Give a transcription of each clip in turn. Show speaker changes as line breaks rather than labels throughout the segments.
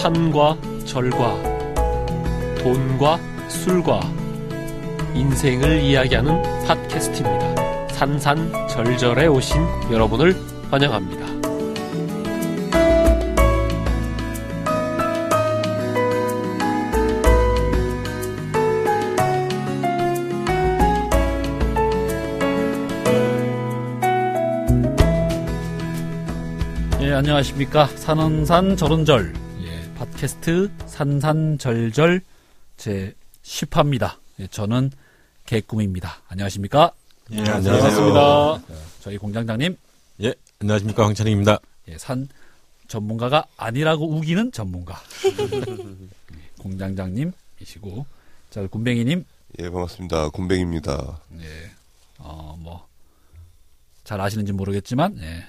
산과 절과 돈과 술과 인생을 이야기하는 팟캐스트입니다. 산산절절에 오신 여러분을 환영합니다.
예, 안녕하십니까. 산원산 절원절. 예, 팟캐스트 산산절절 제 10화입니다. 예, 저는 개꿈입니다. 안녕하십니까.
예,
네,
아,
반갑습니다.
저희 공장장님,
예, 안녕하십니까 황찬익입니다.
예, 산 전문가가 아니라고 우기는 전문가. 공장장님이시고, 자, 군뱅이님,
예, 반갑습니다. 곰뱅입니다.
예, 어, 뭐, 잘 아시는지 모르겠지만, 예,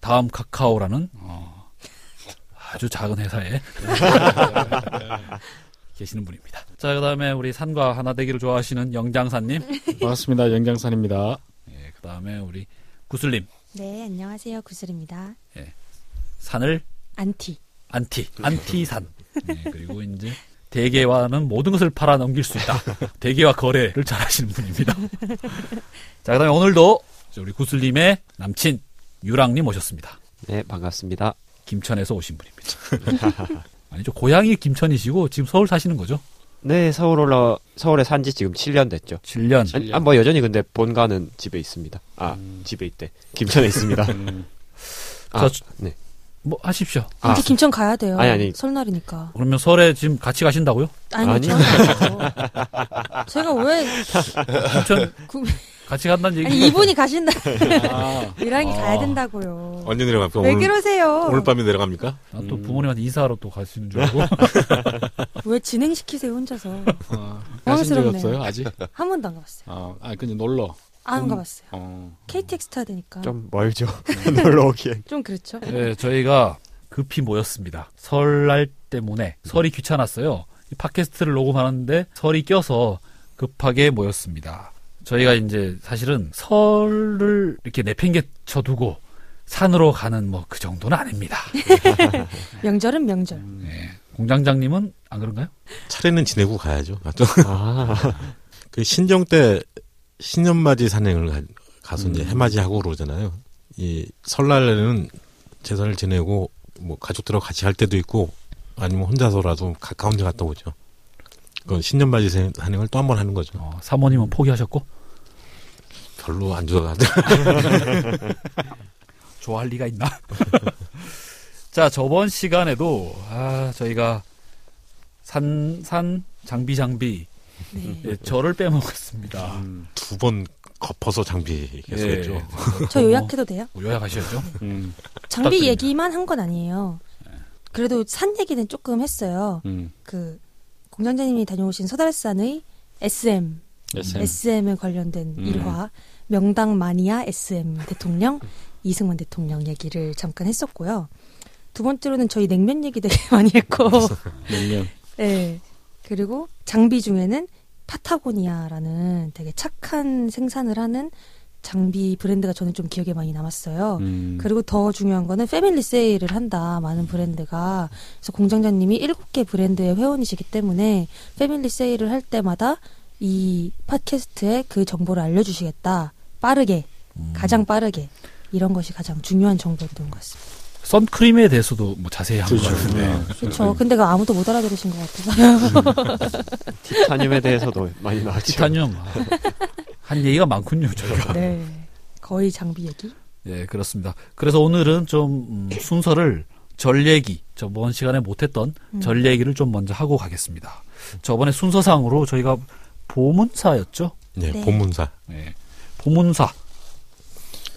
다음 카카오라는, 어, 아주 작은 회사에 계시는 분입니다. 자, 그 다음에 우리 산과 하나 되기를 좋아하시는 영장사님,
반갑습니다. 영장산입니다.
예, 그 다음에 우리 구슬님,
네, 안녕하세요. 구슬입니다.
산을
안티.
안티, 안티산. 예, 그렇죠. 그리고 이제 대개와는 모든 것을 팔아 넘길 수 있다. 대개와 거래를 잘 하시는 분입니다. 자, 그 다음에 오늘도 이제 우리 구슬님의 남친, 유랑님 오셨습니다.
네, 반갑습니다.
김천에서 오신 분입니다. 아니죠. 고향이 김천이시고 지금 서울 사시는 거죠?
네, 서울 올라 서울에 산 지 지금 7년 됐죠.
7년.
아니, 아, 뭐 여전히 근데 본가는 집에 있습니다. 아, 집에 있대. 김천에 있습니다. 아,
저-
네.
뭐 하십시오.
아,
이제 김천 가야 돼요.
아니, 아니.
설날이니까.
그러면 설에 지금 같이 가신다고요?
아니,
아니.
저는 아니죠. 제가 왜
김천
구-
같이 간다는 얘기.
아니 이분이 가신다.
아,
이랑이
아.
가야 된다고요.
언제 내려갑니까?
왜
어, 오늘,
그러세요?
오늘 밤에 내려갑니까?
아, 또 부모님한테 이사하러 또 가시는 줄 알고.
왜 진행시키세요 혼자서?
아, 가신 적
당황스럽네요.
없어요? 아직?
한 번도 안 가봤어요.
아, 아 그냥 놀러.
안
음.
가봤어요.
어.
KTX 타야 되니까. 좀,
좀 멀죠. 놀러 오기엔.
그렇죠.
네, 저희가 급히 모였습니다. 설날 때문에 설이 귀찮았어요. 이 팟캐스트를 녹음하는데 설이 껴서 급하게 모였습니다. 저희가 이제 사실은 설을 이렇게 내팽개쳐 두고 산으로 가는 뭐 그 정도는 아닙니다.
명절은 명절.
공장장님은 안 그런가요?
차례는 지내고 가야죠. 맞죠?
아,
그 신정 때 신년맞이 산행을 가, 가서
음.
이제 해맞이하고 그러잖아요. 이 설날에는 제사를 지내고 뭐 가족들하고 같이 할 때도 있고 아니면 혼자서라도 가까운 데 갔다 오죠. 그건 신년맞이 산- 산행을 또 한 번 하는 거죠.
어, 사모님은 포기하셨고
별로 안 좋아하죠.
좋아할 리가 있나? 자, 저번 시간에도 아, 저희가 산 산 장비 장비
네.
예, 저를 빼먹었습니다.
음.
두 번 덮어서 장비 계속했죠.
예.
저 요약해도 돼요?
뭐 요약하셔야죠.
음.
장비
부탁드립니다.
얘기만 한 건 아니에요. 그래도 산 얘기는 조금 했어요.
음.
그 공장장님이 다녀오신 서달산의 SM
SM.
SM에 관련된
음.
일화 명당 마니아 SM 대통령 이승만 대통령 얘기를 잠깐 했었고요. 두 번째로는 저희 냉면 얘기 되게 많이 했고,
냉면.
네. 그리고 장비 중에는 파타고니아라는 되게 착한 생산을 하는 장비 브랜드가 저는 좀 기억에 많이 남았어요.
음.
그리고 더 중요한 거는 패밀리 세일을 한다. 많은 브랜드가. 그래서 공장장님이 일곱 개 브랜드의 회원이시기 때문에 패밀리 세일을 할 때마다 이 팟캐스트에 그 정보를 알려주시겠다. 빠르게. 가장 빠르게. 이런 것이 가장 중요한 정보였던 것 같습니다.
선크림에 대해서도 뭐 자세히 한 아, 것
그렇죠.
같은데
그렇죠. 근데 그 아무도 못 알아들으신 것 같아서.
티타늄에 대해서도 많이 나왔죠.
티타늄 아, 한 얘기가 많군요 저희가
네. 거의 장비 얘기?
예 그렇습니다 그래서 오늘은 좀 음, 순서를 절 얘기 저번 시간에 못했던
음.
절 얘기를 좀 먼저 하고 가겠습니다 저번에 순서상으로 저희가 보문사였죠
예,
네.
본문사.
예 보문사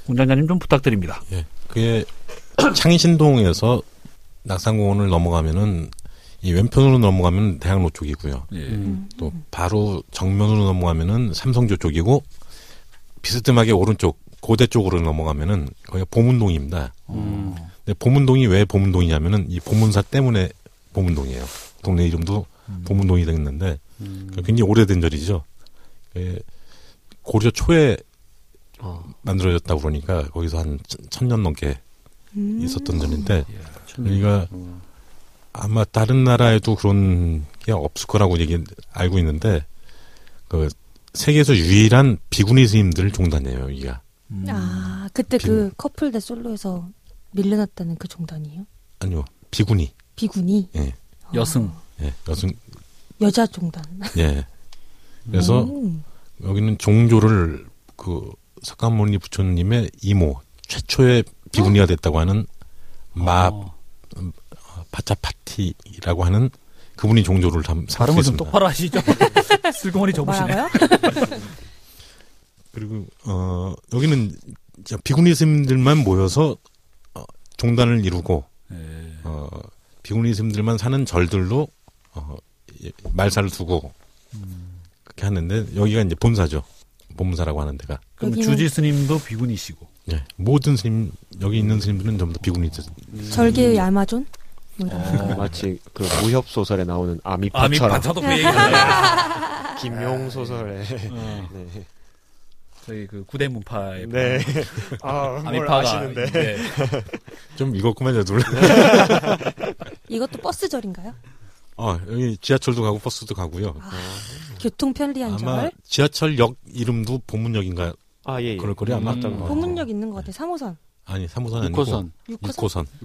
공장장님 좀 부탁드립니다
예. 그게 창신동에서 낙산공원을 넘어가면은 이 왼편으로 넘어가면 대학로 쪽이고요.
예
음.
또 바로 정면으로 넘어가면은 삼성조 쪽이고 비스듬하게 오른쪽 고대 쪽으로 넘어가면은 거기가 보문동입니다.
어,
근데 보문동이 왜 보문동이냐면은 이 보문사 때문에 보문동이에요. 동네 이름도
음.
보문동이 됐는데
음.
굉장히 오래된 절이죠. 예, 고려 초에
어,
만들어졌다 고 그러니까 거기서 한 천 년 넘게
음.
있었던 절인데
예.
여기가 아마 다른 나라에도 그런 게 없을 거라고 얘기 알고 있는데 그 세계에서 유일한 비구니 스님들 종단이에요 여기가
음.
아 그때
비-
그 커플 대 솔로에서 밀려났다는 그 종단이에요?
아니요 비구니
비군이
예,
어,
여승.
예 여성
여자 종단.
예 그래서
음.
여기는 종조를 그 석가모니 부처님의 이모 최초의 비구니가 됐다고 하는 마
어,
파차파티라고 하는 그분이 종조를 담
발음을 좀
삼습니다.
똑바로 하시죠. 슬그머니 접으시네.
뭐라고요?
그리고 어 여기는 진짜 비구니 스님들만 모여서 어, 종단을 이루고
예.
어 비구니 스님들만 사는 절들로 어 예, 말살을 두고 그렇게 하는데 여기가 이제 본사죠. 본사라고 하는 데가
그럼
여기는-
주지 스님도 비군이시고.
예, 모든 스님 여기 있는 스님들은 전부 다 비구니 들 음.
절개의 아마존? 뭐
어.
이런 거.
마치 그 무협 소설에 나오는
아, 미
아미파처럼
반차도
네.
그 얘기가
김용 소설에 네.
저희 그 구대문파의
네. 아, 뭘
아미파가
아시는데.
네.
좀 이것만 해도 놀래.
이것도 버스절인가요?
어 여기 지하철도 가고 버스도 가고요.
교통 편리한
아마
절?
지하철역 이름도 보문역인가
아, 예. 예.
그럴 거리 아마
음.
맞던 거.
보문역 있는 것 같아요. 3호선.
아니 3호선 아니고
6호선.
6호선.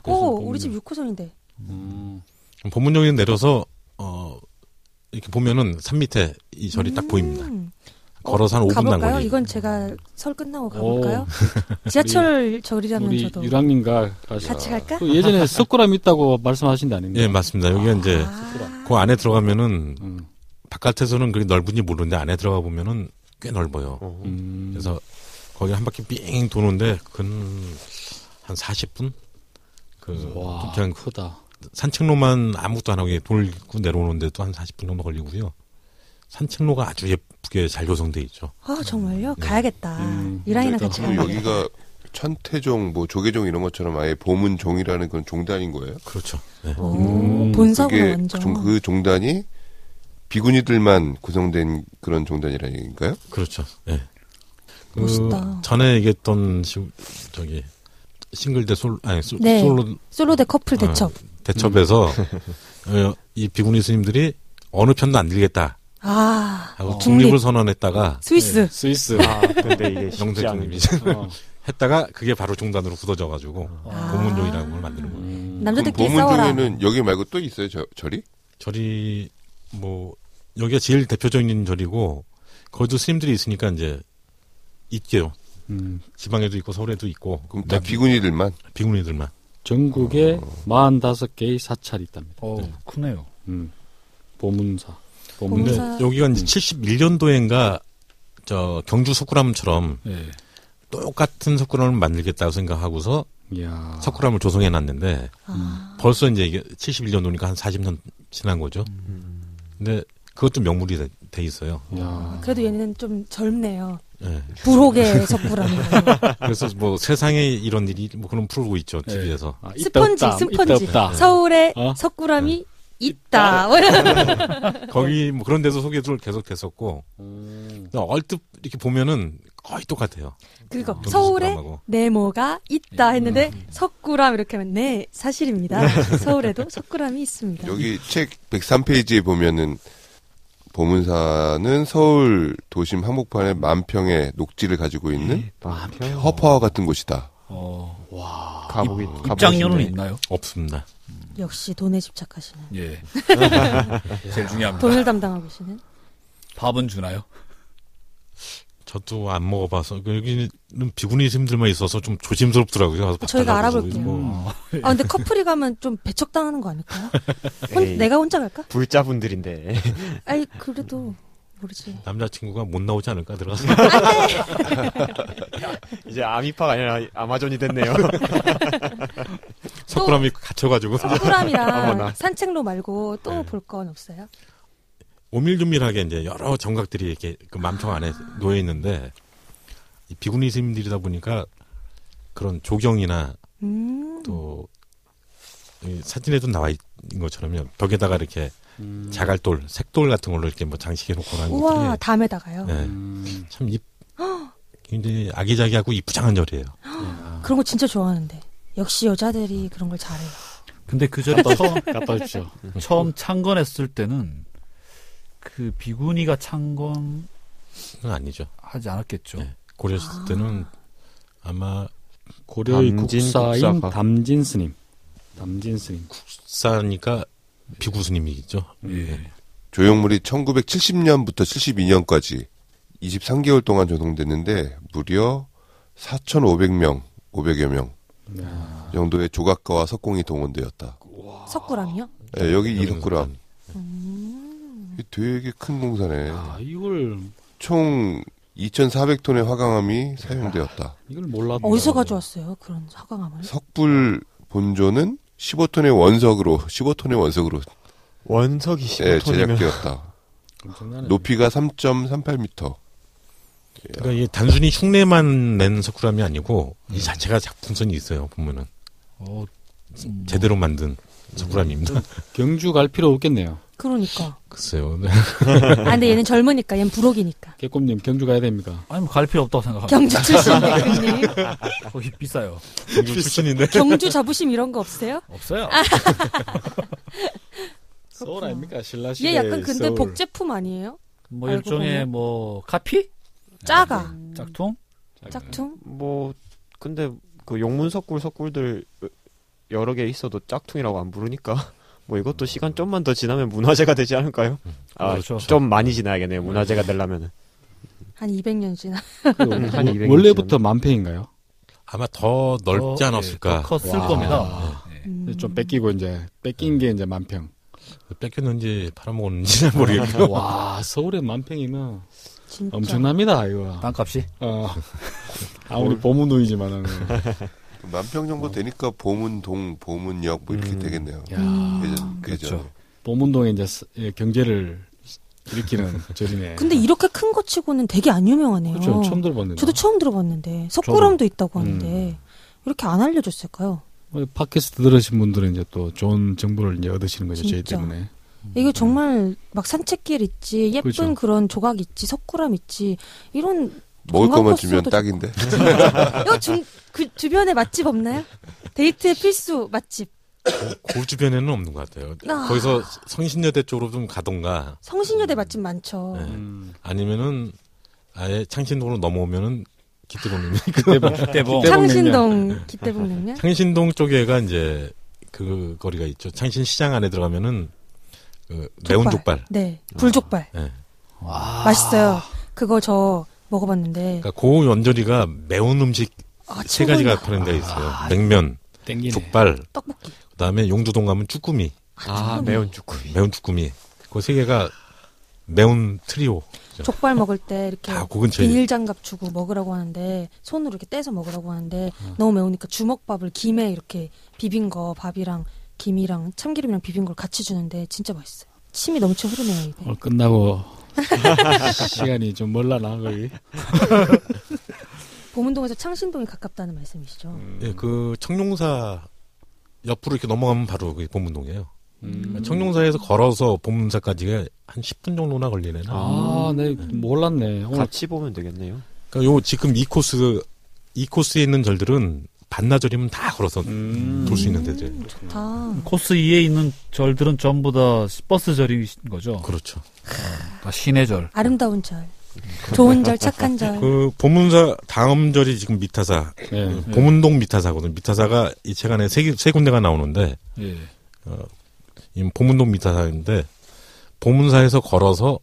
6호선.
오, 우리 집 6호선인데.
음.
본문역에 내려서 어 이렇게 보면은 산 밑에 이 절이 딱 보입니다. 걸어서 한 5분
음. 가볼까요?
단거리.
이건 제가 설 끝나고
오.
가볼까요? 지하철 절이라면
우리
저도
유랑님과 같이.
같이 갈까?
그 예전에 석굴암 있다고 말씀하신 데 아닙니까?
예, 맞습니다. 여기가 이제
아,
그 안에 들어가면은
음.
바깥에서는 그게 넓은지 모르는데 안에 들어가 보면은 꽤 넓어요.
어.
음.
그래서 거기 한 바퀴 삥 도는데 근한 40분 그
와,
그냥
크다.
산책로만 아무것도 안 하고 돌고 내려오는데도 한 40분 정도 걸리고요. 산책로가 아주 예쁘게 잘 조성돼 있죠.
아, 정말요?
네.
가야겠다.
음,
유랑이랑
일단
같이
네, 그럼
가야겠다.
여기가 천태종, 뭐 조계종 이런 것처럼 아예 보문종이라는 그런 종단인 거예요.
그렇죠. 네.
오, 본사구나
그게 그
완전.
종- 그 종단이 비구니들만 구성된 그런 종단이라는 얘기인가요?
그렇죠. 예. 그
멋있다.
전에 얘기했던 시, 저기 싱글 대 솔, 아니 솔,
네.
솔로
솔로 대
어.
커플 대첩.
대첩에서
음.
어, 이 비구니 스님들이 어느 편도 안 들겠다
아,
하고
어.
중립을
중립.
선언했다가
스위스.
스위스.
아, 근데 이게 어. 쉽지 않은
영세증님이
어.
했다가 그게 바로 종단으로 굳어져가지고
아.
고문종이라는 걸 만드는 거예요.
네. 음.
그럼
남자들끼리 싸워라.
보문종에는 여기 말고 또 있어요, 저, 절이?
절이 뭐 여기가 제일 대표적인 절이고 거기도 스님들이 있으니까 이제 있게요.
음.
지방에도 있고 서울에도 있고
그럼 다 비구니들만?
비구니들만.
전국에
어.
45개의 사찰이 있답니다.
어, 크네요.
음. 보문사. 보문.
근데
사
공사- 네.
여기가 이제 71년도엔가 저 경주 석굴암처럼
예.
똑같은 석굴암을 만들겠다고 생각하고서
이야.
석굴암을 조성해 놨는데
아,
벌써 이제 이게 71년도니까 한 40년 지난 거죠.
음.
근데 그것도 명물이 돼- 돼 있어요.
이야.
그래도 얘는 좀 젊네요.
예.
부록의 석부라는 거.
그래서 뭐 세상에 이런 일이 뭐 그런 프로고 있죠
네.
TV에서.
아, 있다,
스펀지,
없다,
스펀지.
있다, 없다.
서울에
어?
석굴암이 있다. 뭐 이런-
거기
네.
뭐 그런 데서 소개를 계속 했었고
음.
근데 얼뜻 이렇게 보면은 거의 똑같아요.
그거
경주
서울에
석굴암하고.
네모가 있다
음.
했는데 석굴암 이렇게 하면 네 사실입니다. 서울에도 석굴암이 있습니다.
여기 책 103페이지에 보면은 보문사는 서울 도심 한복판에 만평의 녹지를 가지고 있는
아,
허파와 같은 곳이다.
어,
가보기
입장료는
가보시네.
있나요?
없습니다.
역시 돈에 집착하시는
예. 제일 중요합니다.
돈을 담당하고 계시는
밥은 주나요?
저도 안 먹어봐서 그 여기는 비구니 스님들만 있어서 좀 조심스럽더라고요. 가서 밥
저희가
달라고
알아볼게요.
그러고 뭐
네.
아 근데 커플이 가면 좀 배척당하는 거 아닐까요? 혼,
에이.
내가 혼자 갈까?
예, 불자분들인데.
아이 그래도 모르지.
남자친구가 못 나오지 않을까 들어가서
음.
이제 아미파가 아니라 아마존이 됐네요.
석굴암이 갇혀가지고
석굴암이랑
어머나.
산책로 말고 또
네.
볼 건 없어요?
오밀조밀하게 이제 여러 정각들이 이렇게 그 만평 안에 놓여 있는데 이 비구니 스님들이다 보니까 그런 조경이나
음.
또이 사진에도 나와 있는 것처럼요 벽에다가 이렇게 자갈돌, 색돌 같은 걸로 이렇게 뭐 장식해 놓고 하는
우와
것들이
담에다가요.
예,
음.
참 이- 굉장히 아기자기하고 이쁘장한 절이에요.
그런 거 진짜 좋아하는데 역시 여자들이 그런 걸 잘해요.
근데 그 전에 처음
네.
갖다 주십시오.
처음 창건했을 때는 그 비구니가 창건하지
그건 아니죠.
않았겠죠.
네. 고려 시대 때는 아마
고려의
담진
국사인
국사가.
담진 스님. 담진 스님.
싸니까 비구스님이겠죠.
예.
조형물이 1970년부터 72년까지 23개월 동안 조성됐는데 무려 4,500명, 500여 명 정도의 조각가와 석공이 동원되었다.
석굴암이요?
예, 여기
음.
이석구람 되게 큰 공사네.
아, 이걸
총 2,400톤의 화강암이 사용되었다.
이걸 몰랐네.
어디서 가져왔어요? 그런 사과감을?
석불 본조는 15톤의 원석으로 15톤의 원석으로
원석이
예,
15톤이면
제작되었다.
엄청나네.
높이가 3.38m.
그러니까 이게 단순히 흉내만 낸 석굴암이 아니고 이 자체가 작품성이 있어요. 보면은
어, 음,
제대로 만든 석굴암입니다.
경주 갈 필요 없겠네요.
그러니까.
글쎄요. 네.
아, 근데 얘는 젊으니까, 얘는 부록이니까.
개꼼님 경주 가야 됩니다.
아니 뭐 갈 필요 없다고 생각합니다.
경주 출신인데, 형님.
거기 비싸요.
중국 출신인데
경주 자부심 이런 거 없어요?
없어요.
서울 아닙니까 그러니까 네, 신라시대.
얘 약간 근데 복제품 아니에요?
뭐
알고
일종의
보면.
뭐 카피?
네.
짜가,
짝퉁?
짝퉁?
뭐 근데 그 용문석굴 석굴들 여러 개 있어도 짝퉁이라고 안 부르니까 뭐 이것도 시간 좀만 더 지나면 문화재가 되지 않을까요? 아,
그렇죠.
좀 많이 지나야겠네요. 문화재가 되려면은. 음.
한 200년 지나.
한 200년
원래부터 만평인가요?
아마 더 넓지
더,
않았을까.
예, 더 컸을
와.
겁니다. 예.
음.
네, 좀 뺏기고 이제 뺏긴 게 이제 만평.
그 뺏겼는지 팔아먹었는지 잘 모르겠고.
와 아, 서울에 만평이면
진짜.
엄청납니다 이거.
땅값이?
어, 아무리 보문동이지만은.
만평 정도 되니까 보문동, 보문역 뭐 이렇게
음.
되겠네요.
야,
예전,
그렇죠.
예전에.
보문동에 이제 스- 예, 경제를 일으키는 절이네.
근데 이렇게 큰 거 치고는 되게 안 유명하네요.
그렇죠. 처음 들어봤는데.
저도 처음 들어봤는데 석굴암도 있다고 하는데
음.
이렇게 안 알려줬을까요?
어, 팟캐스트 들으신 분들은 이제 또 좋은 정보를 이제 얻으시는 거죠. 저희
진짜.
때문에.
이게 정말 막 산책길 있지 예쁜
그렇죠.
그런 조각 있지 석굴암 있지 이런
먹을 것만
건강
주면
코스도
딱인데.
이거 중, 그 주변에 맛집 없나요? 데이트의 필수 맛집
그 주변에는 없는 것 같아요.
아.
거기서 성신여대 쪽으로 좀 가던가
성신여대 맛집 많죠.
네.
음.
아니면은 아예 창신동으로 넘어오면은 기태공님
기대봉.
기대봉.
기대봉
네.
창신동 기대북냉면
창신동 쪽에가 이제 그 거리가 있죠. 창신시장 안에 들어가면은 그 매운 족발.
네 불족발
예.
맛있어요. 그거 저 먹어봤는데
그러니까 고 연절이가 매운 음식
아,
세
친구는
가지가 파는 데가 있어요. 냉면,
땡기네.
족발,
떡볶이
그다음에 용두동 가면 쭈꾸미,
아, 매운 쭈꾸미.
매운 쭈꾸미. 그 세 개가 매운 트리오.
족발 먹을 때 이렇게
다 고근 처에
비닐장갑 주고 먹으라고 하는데 손으로 이렇게 떼서 먹으라고 하는데 너무 매우니까 주먹밥을 김에 이렇게 비빈 거 밥이랑 김이랑 참기름이랑 비빈 걸 같이 주는데 진짜 맛있어요. 침이 넘쳐 흐르네요. 이게.
오늘 어, 끝나고 시간이 좀 멀라나 거기.
보문동에서 창신동이 가깝다는 말씀이시죠?
예, 그 청룡사 옆으로 이렇게 넘어가면 바로 그 본문동이에요. 청룡사에서 걸어서 본문사까지가 한 10분 정도나 걸리네.
아, 네 몰랐네. 오늘
같이 보면 되겠네요.
그러니까 요 지금 이 코스 이 코스에 있는 절들은 반나절이면 다 걸어서
음.
돌 수 있는 데들.
음, 좋다.
코스 2에 있는 절들은 전부 다 버스절인 거죠.
그렇죠.
다 신해절.
아름다운 절, 좋은 절, 착한 절.
그 보문사 다음 절이 지금 미타사
네.
보문동 미타사거든. 미타사가 이 책 안에 세, 개- 세 군데가 나오는데 어,
예.
이 보문동 미타사인데 보문사에서 걸어서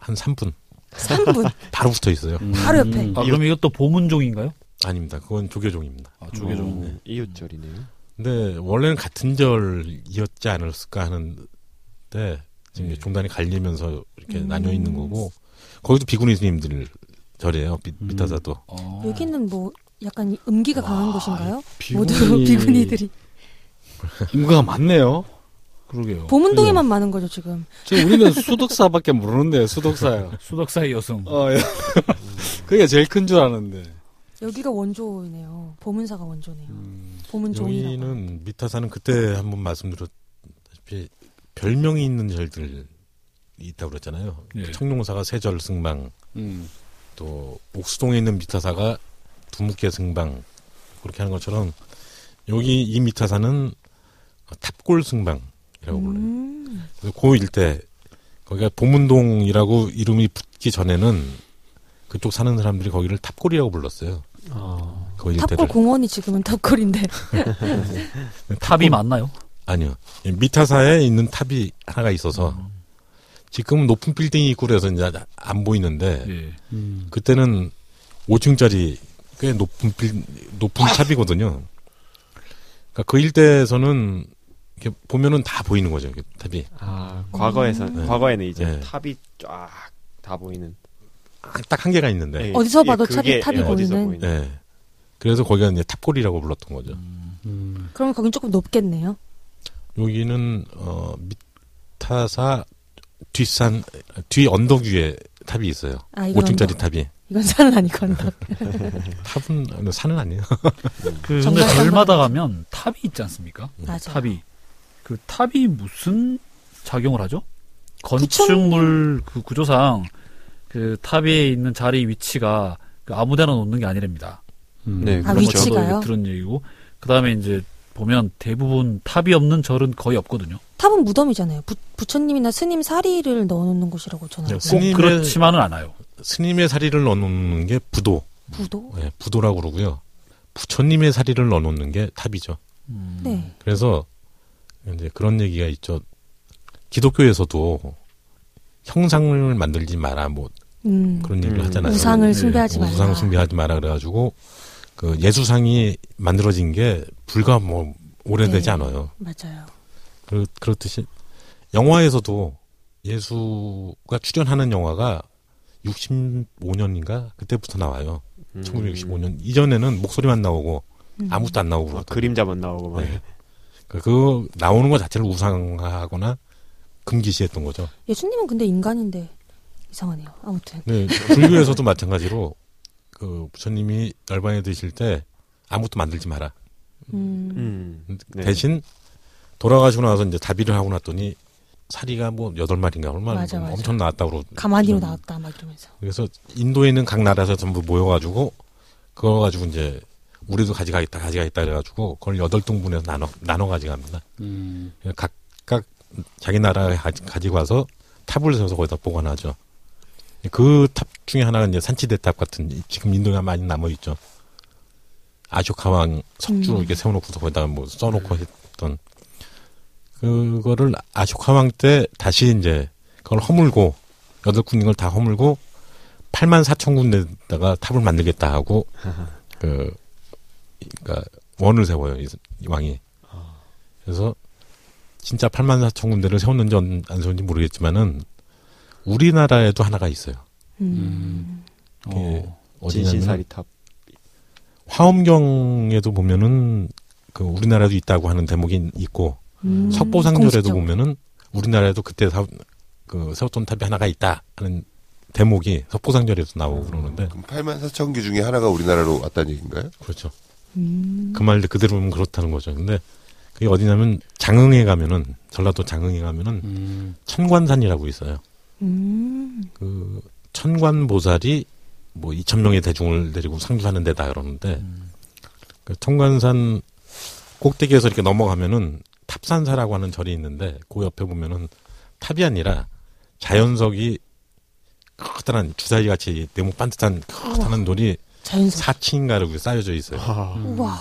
한 3분
3분
바로 붙어 있어요.
바로 옆에.
음.
아, 그럼 이것도 보문종인가요?
아닙니다. 그건 조계종입니다.
아, 조계종.
어, 이웃절이네요.
근데 원래는 같은 절이었지 않았을까 하는데
예.
지금 이제 종단이 갈리면서 이렇게
음.
나뉘어 있는 거고 거기도 비구니 스님들 절이에요. 미,
음.
미타사도.
어.
여기는 뭐 약간 음기가 강한 곳인가요?
비구니-
모두 비구니들이.
인구가 많네요. 네.
그러게요.
보문동에만 많은 거죠 지금.
지금 우리는 수덕사밖에 모르는데 수덕사요.
수덕사의 여성.
어, 예. 그게 제일 큰 줄 아는데.
여기가 원조네요. 보문사가 원조네요. 보문종이라고.
여기는 미타사는 그때 한번 말씀드렸다시피 별명이 있는 절들이 있다고 그랬잖아요.
예.
청룡사가 세절 승방,
음.
또 옥수동에 있는 미타사가 두묵계 승방 그렇게 하는 것처럼 여기 이 미타사는 탑골 승방이라고 불러요.
음.
그래서 고1 때 거기가 보문동이라고 이름이 붙기 전에는 그쪽 사는 사람들이 거기를 탑골이라고 불렀어요.
어.
고1
탑골
때를.
공원이 지금은 탑골인데.
탑이 맞나요?
아니요. 예, 미타사에 있는 탑이 하나가 있어서 지금은 높은 빌딩이 있고 그래서 이제 안 보이는데
예.
음.
그때는 5층짜리 꽤 높은 빌, 높은 탑이거든요. 그러니까 그 일대에서는 이렇게 보면은 다 보이는 거죠. 이렇게 탑이
아, 과거에서
네.
과거에는 이제
네.
탑이 쫙 다 보이는.
딱 한 개가 있는데.
예,
어디서 봐도 탑이
그게,
탑이
예, 어디서
보이는?
예. 그래서 거기가 이제 탑골이라고 불렀던 거죠.
음.
그럼 거긴 조금 높겠네요.
여기는 어 미타사 뒷산 뒤 언덕 위에 탑이 있어요.
아 이건
5층짜리 음.
언덕.
탑이.
이건 산은 아니고 언덕.
탑은 아니, 산은 아니에요.
그
정말
절마다
깜빡이지.
가면 탑이 있지 않습니까?
맞아.
탑이 그 탑이 무슨 작용을 하죠?
구청-
건축물 그 구조상 그 탑에 있는 자리 위치가 그 아무데나 놓는 게 아니랍니다.
음.
네,
아
그런
뭐 저도
위치가요?
이제 들은 얘기고 그다음에 이제 보면 대부분 탑이 없는 절은 거의 없거든요.
탑은 무덤이잖아요. 부, 부처님이나 스님 사리를 넣어놓는 곳이라고 저는 알고
네,
꼭
스님의-
그렇지만은 않아요.
스님의 사리를 넣어놓는 게 부도.
부도.
예, 부도라고 그러고요. 부처님의 사리를 넣어놓는 게 탑이죠.
음.
네.
그래서 이제 그런 얘기가 있죠. 기독교에서도 형상을 만들지 마라 뭐
음.
그런 얘기를
음.
하잖아요. 어,
우상을
네.
숭배하지 말라.
뭐 우상 숭배하지 마라 그래가지고 그 예수상이 만들어진 게 불과 뭐 오래되지
네.
않아요.
맞아요.
그렇, 그렇듯이 영화에서도 예수가 출연하는 영화가 65년인가 그때부터 나와요.
음.
1965년 이전에는 목소리만 나오고
음.
아무것도 안 나오고
아,
그렇더라고요.
그림자만 나오고 막.
네. 그- 그 나오는 것 자체를 우상화하거나 금기시했던 거죠.
예수님은 근데 인간인데 이상하네요. 아무튼
네, 불교에서도 마찬가지로 그 부처님이 열반에 드실 때 아무것도 만들지 마라.
음.
음. 네.
대신 돌아가시고 나서 이제 다비를 하고 났더니 사리가 뭐 여덟 마리인가 얼마 나
맞아, 맞아.
엄청 나왔다고 그러.
가만히로
음.
나왔다 막 이러면서.
그래서 인도에 있는 각 나라에서 전부 모여가지고 그거 가지고 이제 우리도 가져가겠다 가져가겠다 그래가지고 그걸 여덟 등분해서 나눠 나눠 가져갑니다.
음.
각각 자기 나라에 가- 가지고 와서 탑을 세워서 거기다 보관하죠. 그 탑 중에 하나가 이제 산치대 탑 같은 지금 인도에 많이 남아 있죠. 아쇼카왕 석주
음.
이렇게 세워놓고서 거기다 뭐 써놓고 했던 그거를 아쇼카왕 때 다시 이제 그걸 허물고 여덟 군인을 다 허물고 8만 4천 군데다가 탑을 만들겠다 하고 그 그러니까 원을 세워요 이, 이 왕이. 그래서 진짜 8만 4천 군데를 세웠는지 안, 안 세웠는지 모르겠지만은 우리나라에도 하나가 있어요.
음.
어.
어디냐면
진신사리 탑.
화엄경에도 보면은 그 우리나라도 있다고 하는 대목이 있고
음.
석보상절에도
공식적으로.
보면은 우리나라에도 그때 사, 그 세웠던 탑이 하나가 있다 하는 대목이 석보상절에도 나오고 그러는데
그럼 8만 4천 개 중에 하나가 우리나라로 왔다는 얘기인가요?
그렇죠.
음.
그 말 그대로 보면 그렇다는 거죠. 근데 그게 어디냐면 장흥에 가면은 전라도 장흥에 가면은
음.
천관산이라고 있어요.
음.
그 천관보살이 뭐 2천 명의 대중을 데리고 상주하는 데다 그러는데 그 천관산 꼭대기에서 이렇게 넘어가면은 탑산사라고 하는 절이 있는데 그 옆에 보면은 탑이 아니라 자연석이 커다란 주사위 같이 네모 반듯한 커다란 돌이
자연스럽.
사치인가 이렇게 쌓여져 있어요.
아.
음.
우와.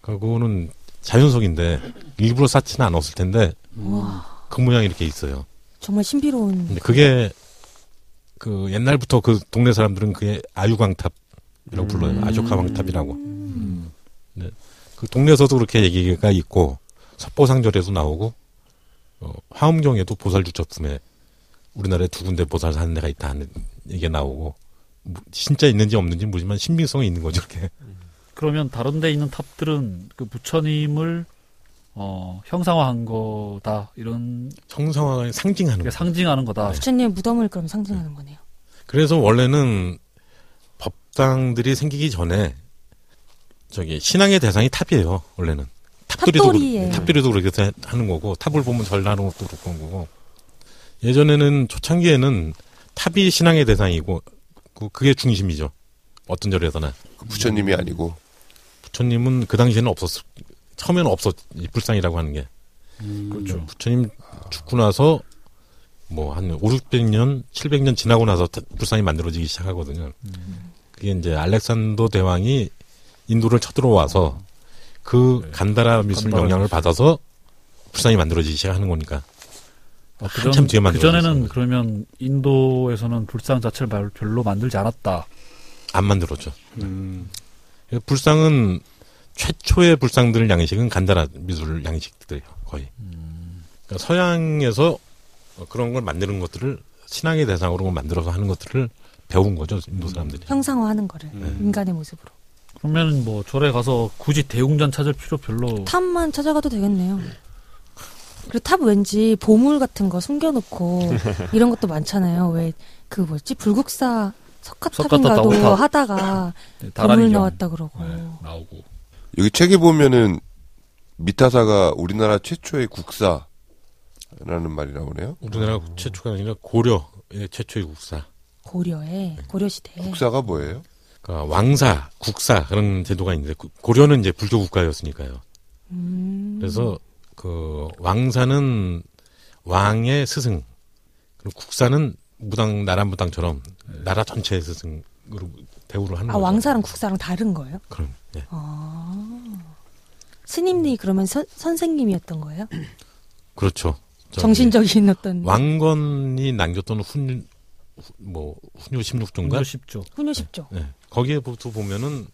그거는 자연석인데 일부러 쌓지는 않았을 텐데
우와.
그 모양이 이렇게 있어요.
정말 신비로운.
근데 그게 그 옛날부터 그 동네 사람들은 그게 아유광탑이라고
음.
불러요. 아조카왕탑이라고.
음.
그 동네에서도 그렇게 얘기가 있고 석보상절에도 나오고 어, 화엄경에도 보살 주첩품에 우리나라에 두 군데 보살 사는 데가 있다 하는 얘기가 나오고 뭐, 진짜 있는지 없는지 모르지만 신빙성이 있는 거죠. 이렇게.
그러면 다른 데 있는 탑들은 그 부처님을 어, 형상화한 거다 이런
형상화가 상징하는
게
거예요.
상징하는
아,
거다.
부처님의 무덤을 그럼 상징하는 거네요.
그래서 원래는 법당들이 생기기 전에 저기 신앙의 대상이 탑이에요. 원래는 탑들이도
탑돌이에요.
그- 탑들이도 그렇게 하- 하는 거고 탑을 보면 절나는 것도 그런 거고 예전에는 초창기에는 탑이 신앙의 대상이고 그- 그게 중심이죠. 어떤 절에서나
그 부처님이 아니고
부처님은 그 당시에는 없었 처음에는 없었 이 불상이라고 하는 게
그렇죠.
부처님 죽고 나서 뭐 한 5, 600년, 700년 지나고 나서 다- 불상이 만들어지기 시작하거든요.
음.
그게 이제 알렉산더 대왕이 인도를 쳐들어와서 그 간다라 미술
네. 간다라
영향을
미술.
받아서 불상이 만들어지기 시작하는 거니까.
어, 그
한참 뒤에
그 전에는
만들어졌어요.
그러면 인도에서는 불상 자체를 말- 별로 만들지 않았다.
안 만들었죠.
음.
그래서 예, 불상은 최초의 불상들 양식은 간다라 미술 양식들이에요, 거의. 그러니까 서양에서 어, 그런 걸 만드는 것들을 신앙의 대상으로 만들어서 하는 것들을 배운 거죠, 인도 사람들이.
음. 형상화하는 거를 인간의 모습으로
그러면 뭐 절에 가서 굳이 대웅전 찾을 필요 별로
탑만 찾아가도 되겠네요. 그리고 탑 왠지 보물 같은 거 숨겨놓고 이런 것도 많잖아요. 왜 그 뭐지 불국사 석가탑인가도
석가탑, 나무탑.
하다가 보물
다란이죠.
나왔다 그러고
네, 나오고
여기 책에 보면은 미타사가 우리나라 최초의 국사라는 말이라고 그래요.
우리나라
음.
최초가 아니라 고려의 최초의 국사.
고려에 고려 시대에
국사가 뭐예요?
그러니까 왕사, 국사 그런 제도가 있는데 고- 고려는 이제 불교 국가였으니까요.
음,
그래서 그 왕사는 왕의 스승, 그리고 국사는 무당 나라 무당처럼 나라 전체의 스승으로 대우를 하는
아
거죠.
왕사랑 어. 국사랑 다른 거예요?
그럼 예.
스님이 그러면 선, 선생님이었던 거예요?
그렇죠. 저기
정신적인 어떤
왕건이 남겼던 훈, 후- 뭐 훈요 16종가
인도 쉽죠.
훈요십조.
예. 거기에 보통 보면은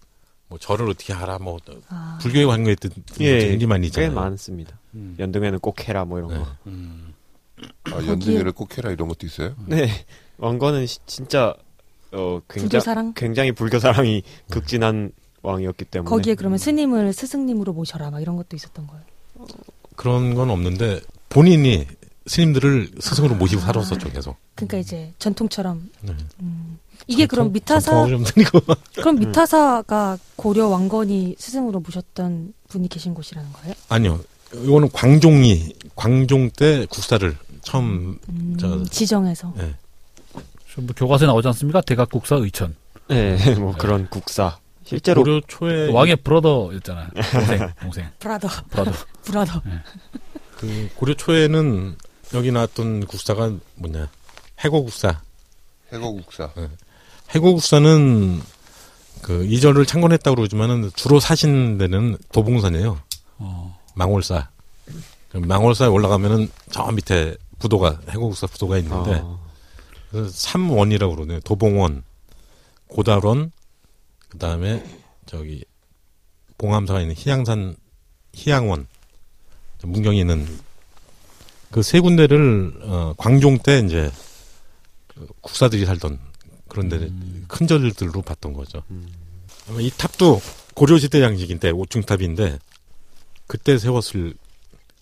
뭐 절을 어떻게 하라 뭐
아,
불교에 관계했던 뭐 굉장히
예, 꽤
있잖아요.
많습니다.
음.
연등에는 꼭 해라 뭐 이런
네.
거.
아, 연등회를 꼭 해라 이런 것도 있어요.
네, 왕건은 시- 진짜 어
불교
굉장히
사랑
굉장히 불교
네.
사랑이 극진한 왕이었기 때문에
거기에 그러면 스님을 스승님으로 모셔라 막 이런 것도 있었던 거예요.
그런 건 없는데 본인이 스님들을 스승으로 모시고 살았었죠 계속.
그러니까 이제 전통처럼
네.
음. 이게 그럼 미타사
전통하고 좀 틀리고. 음.
그럼 미타사가 고려 왕건이 스승으로 모셨던 분이 계신 곳이라는 거예요?
아니요. 이거는 광종이 광종 때 국사를 처음
음,
저-
지정해서
예.
뭐 교과서에 나오지 않습니까? 대각국사 의천.
네, 뭐 그런 국사 실제로
고려 초에
왕의 브러더였잖아요. 동생, 동생,
브라더
브라더.
브라더
그 고려 초에는 여기 나왔던 국사가 뭐냐 해고 국사.
해거 국사.
해고 국사는 그 이절을 창건했다고 그러지만은 주로 사신 데는 도봉산이에요.
어,
네, 망월사. 그럼 망월사에 올라가면은 저 밑에 부도가 해고 국사 부도가
아,
있는데 그래서 삼원이라고 그러네요. 도봉원, 고달원, 그 다음에 저기 봉암사가 있는 희양산, 희양원, 문경에 있는 그 세 군데를 어, 광종 때 이제 그 국사들이 살던 그런
음.
데 큰 절들로 봤던 거죠. 음. 아마 이 탑도 고려시대 양식인데 5층 탑인데 그때 세웠을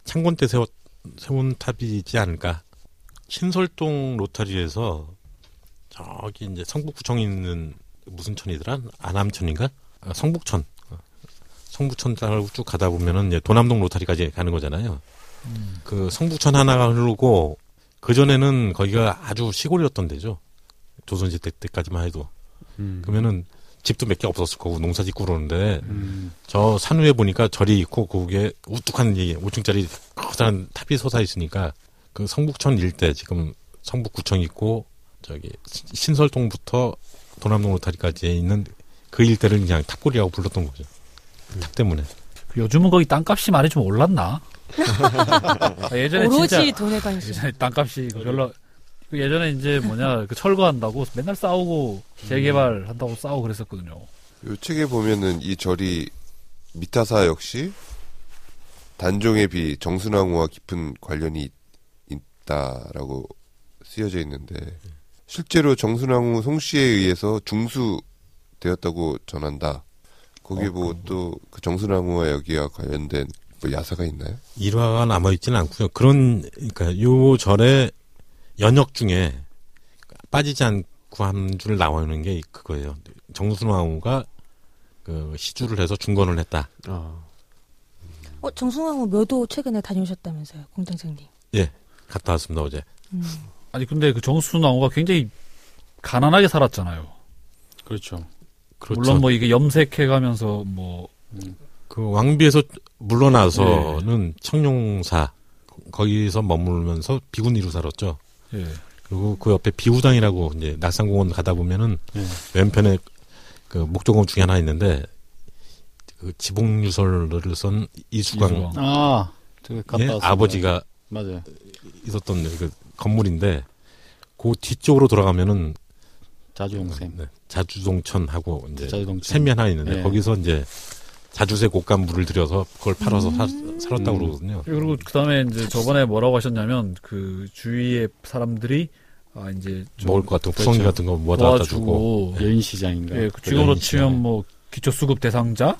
창건 때 세웠 세운 탑이지 않을까 신설동 로타리에서 저기 이제 성북구청 있는 무슨 천이더라 안암천인가 아, 성북천 어. 성북천 따라고 쭉 가다 보면은 이제 도남동 로타리까지 가는 거잖아요. 그 성북천 하나가 흐르고 그 전에는 거기가 아주 시골이었던 데죠. 조선시대 때까지만 해도
음.
그러면은 집도 몇 개 없었을 거고 농사 짓고 그러는데
음.
저 산 위에 보니까 절이 있고 거기에 우뚝한 이 5층짜리 커다란 탑이 솟아 있으니까 그 성북천 일대 지금 성북구청 있고 저기 신- 신설동부터 도남동 로타리까지 있는 그 일대를 그냥 탑골이라고 불렀던 거죠.
음.
탑 때문에.
그 요즘은 거기 땅값이 많이 좀 올랐나? 아, 예전에 진짜
오로지 돈에 관심.
예전에 땅값이 그 별로 그 예전에 이제 뭐냐 그 철거한다고 맨날 싸우고 재개발한다고 싸우고 그랬었거든요.
요 책에 보면은 이 절이 미타사 역시 단종의 비 정순왕후와 깊은 관련이 있- 있다라고 쓰여져 있는데 실제로 정순왕후 송씨에 의해서 중수되었다고 전한다. 거기 뭐 또 그 정순왕후와 여기와 관련된 뭐 야사가 있나요?
일화가 남아 있지는 않고요. 그런 그러니까 요 절의 연역 중에 빠지지 않고 한 줄 나오는 게 그거예요. 정순왕후가 그 시주를 해서 중건을 했다.
아,
어 정승왕후 묘도 최근에 다녀오셨다면서요, 공장장님?
예, 갔다 왔습니다 어제.
음.
아니 근데 그 정순왕후가 굉장히 가난하게 살았잖아요.
그렇죠.
그렇죠.
물론 뭐 이게 염색해가면서 뭐 네.
그 왕비에서 물러나서는 청룡사 거기서 머무르면서 비구니로 살았죠.
예.
그리고 그 옆에 비우당이라고 이제 낙산공원 가다 보면은
예.
왼편에 그 목조공원 중에 하나 있는데 그 지봉유설을 쓴 이수광의
이수광.
아, 저기 갔다 왔습니다.
어. 예? 아버지가
맞아요.
있었던 그 건물인데 그 뒤쪽으로 돌아가면은
자주용샘.
네, 자주동천하고 이제
자주동천.
샘이 하나 있는데
예.
거기서 이제 자주새 곶감물을 들여서 그걸 팔아서 사- 살았다고 그러거든요.
그리고 그 다음에 이제 저번에 뭐라고 하셨냐면 그 주위의 사람들이 아 이제 좀
먹을 것 같은 거, 구성기
그렇죠.
같은 거 모아다 갖다 주고
도와주고
여인시장인가.
예, 그 지금으로
그런
치면
시장에.
뭐 기초 수급 대상자.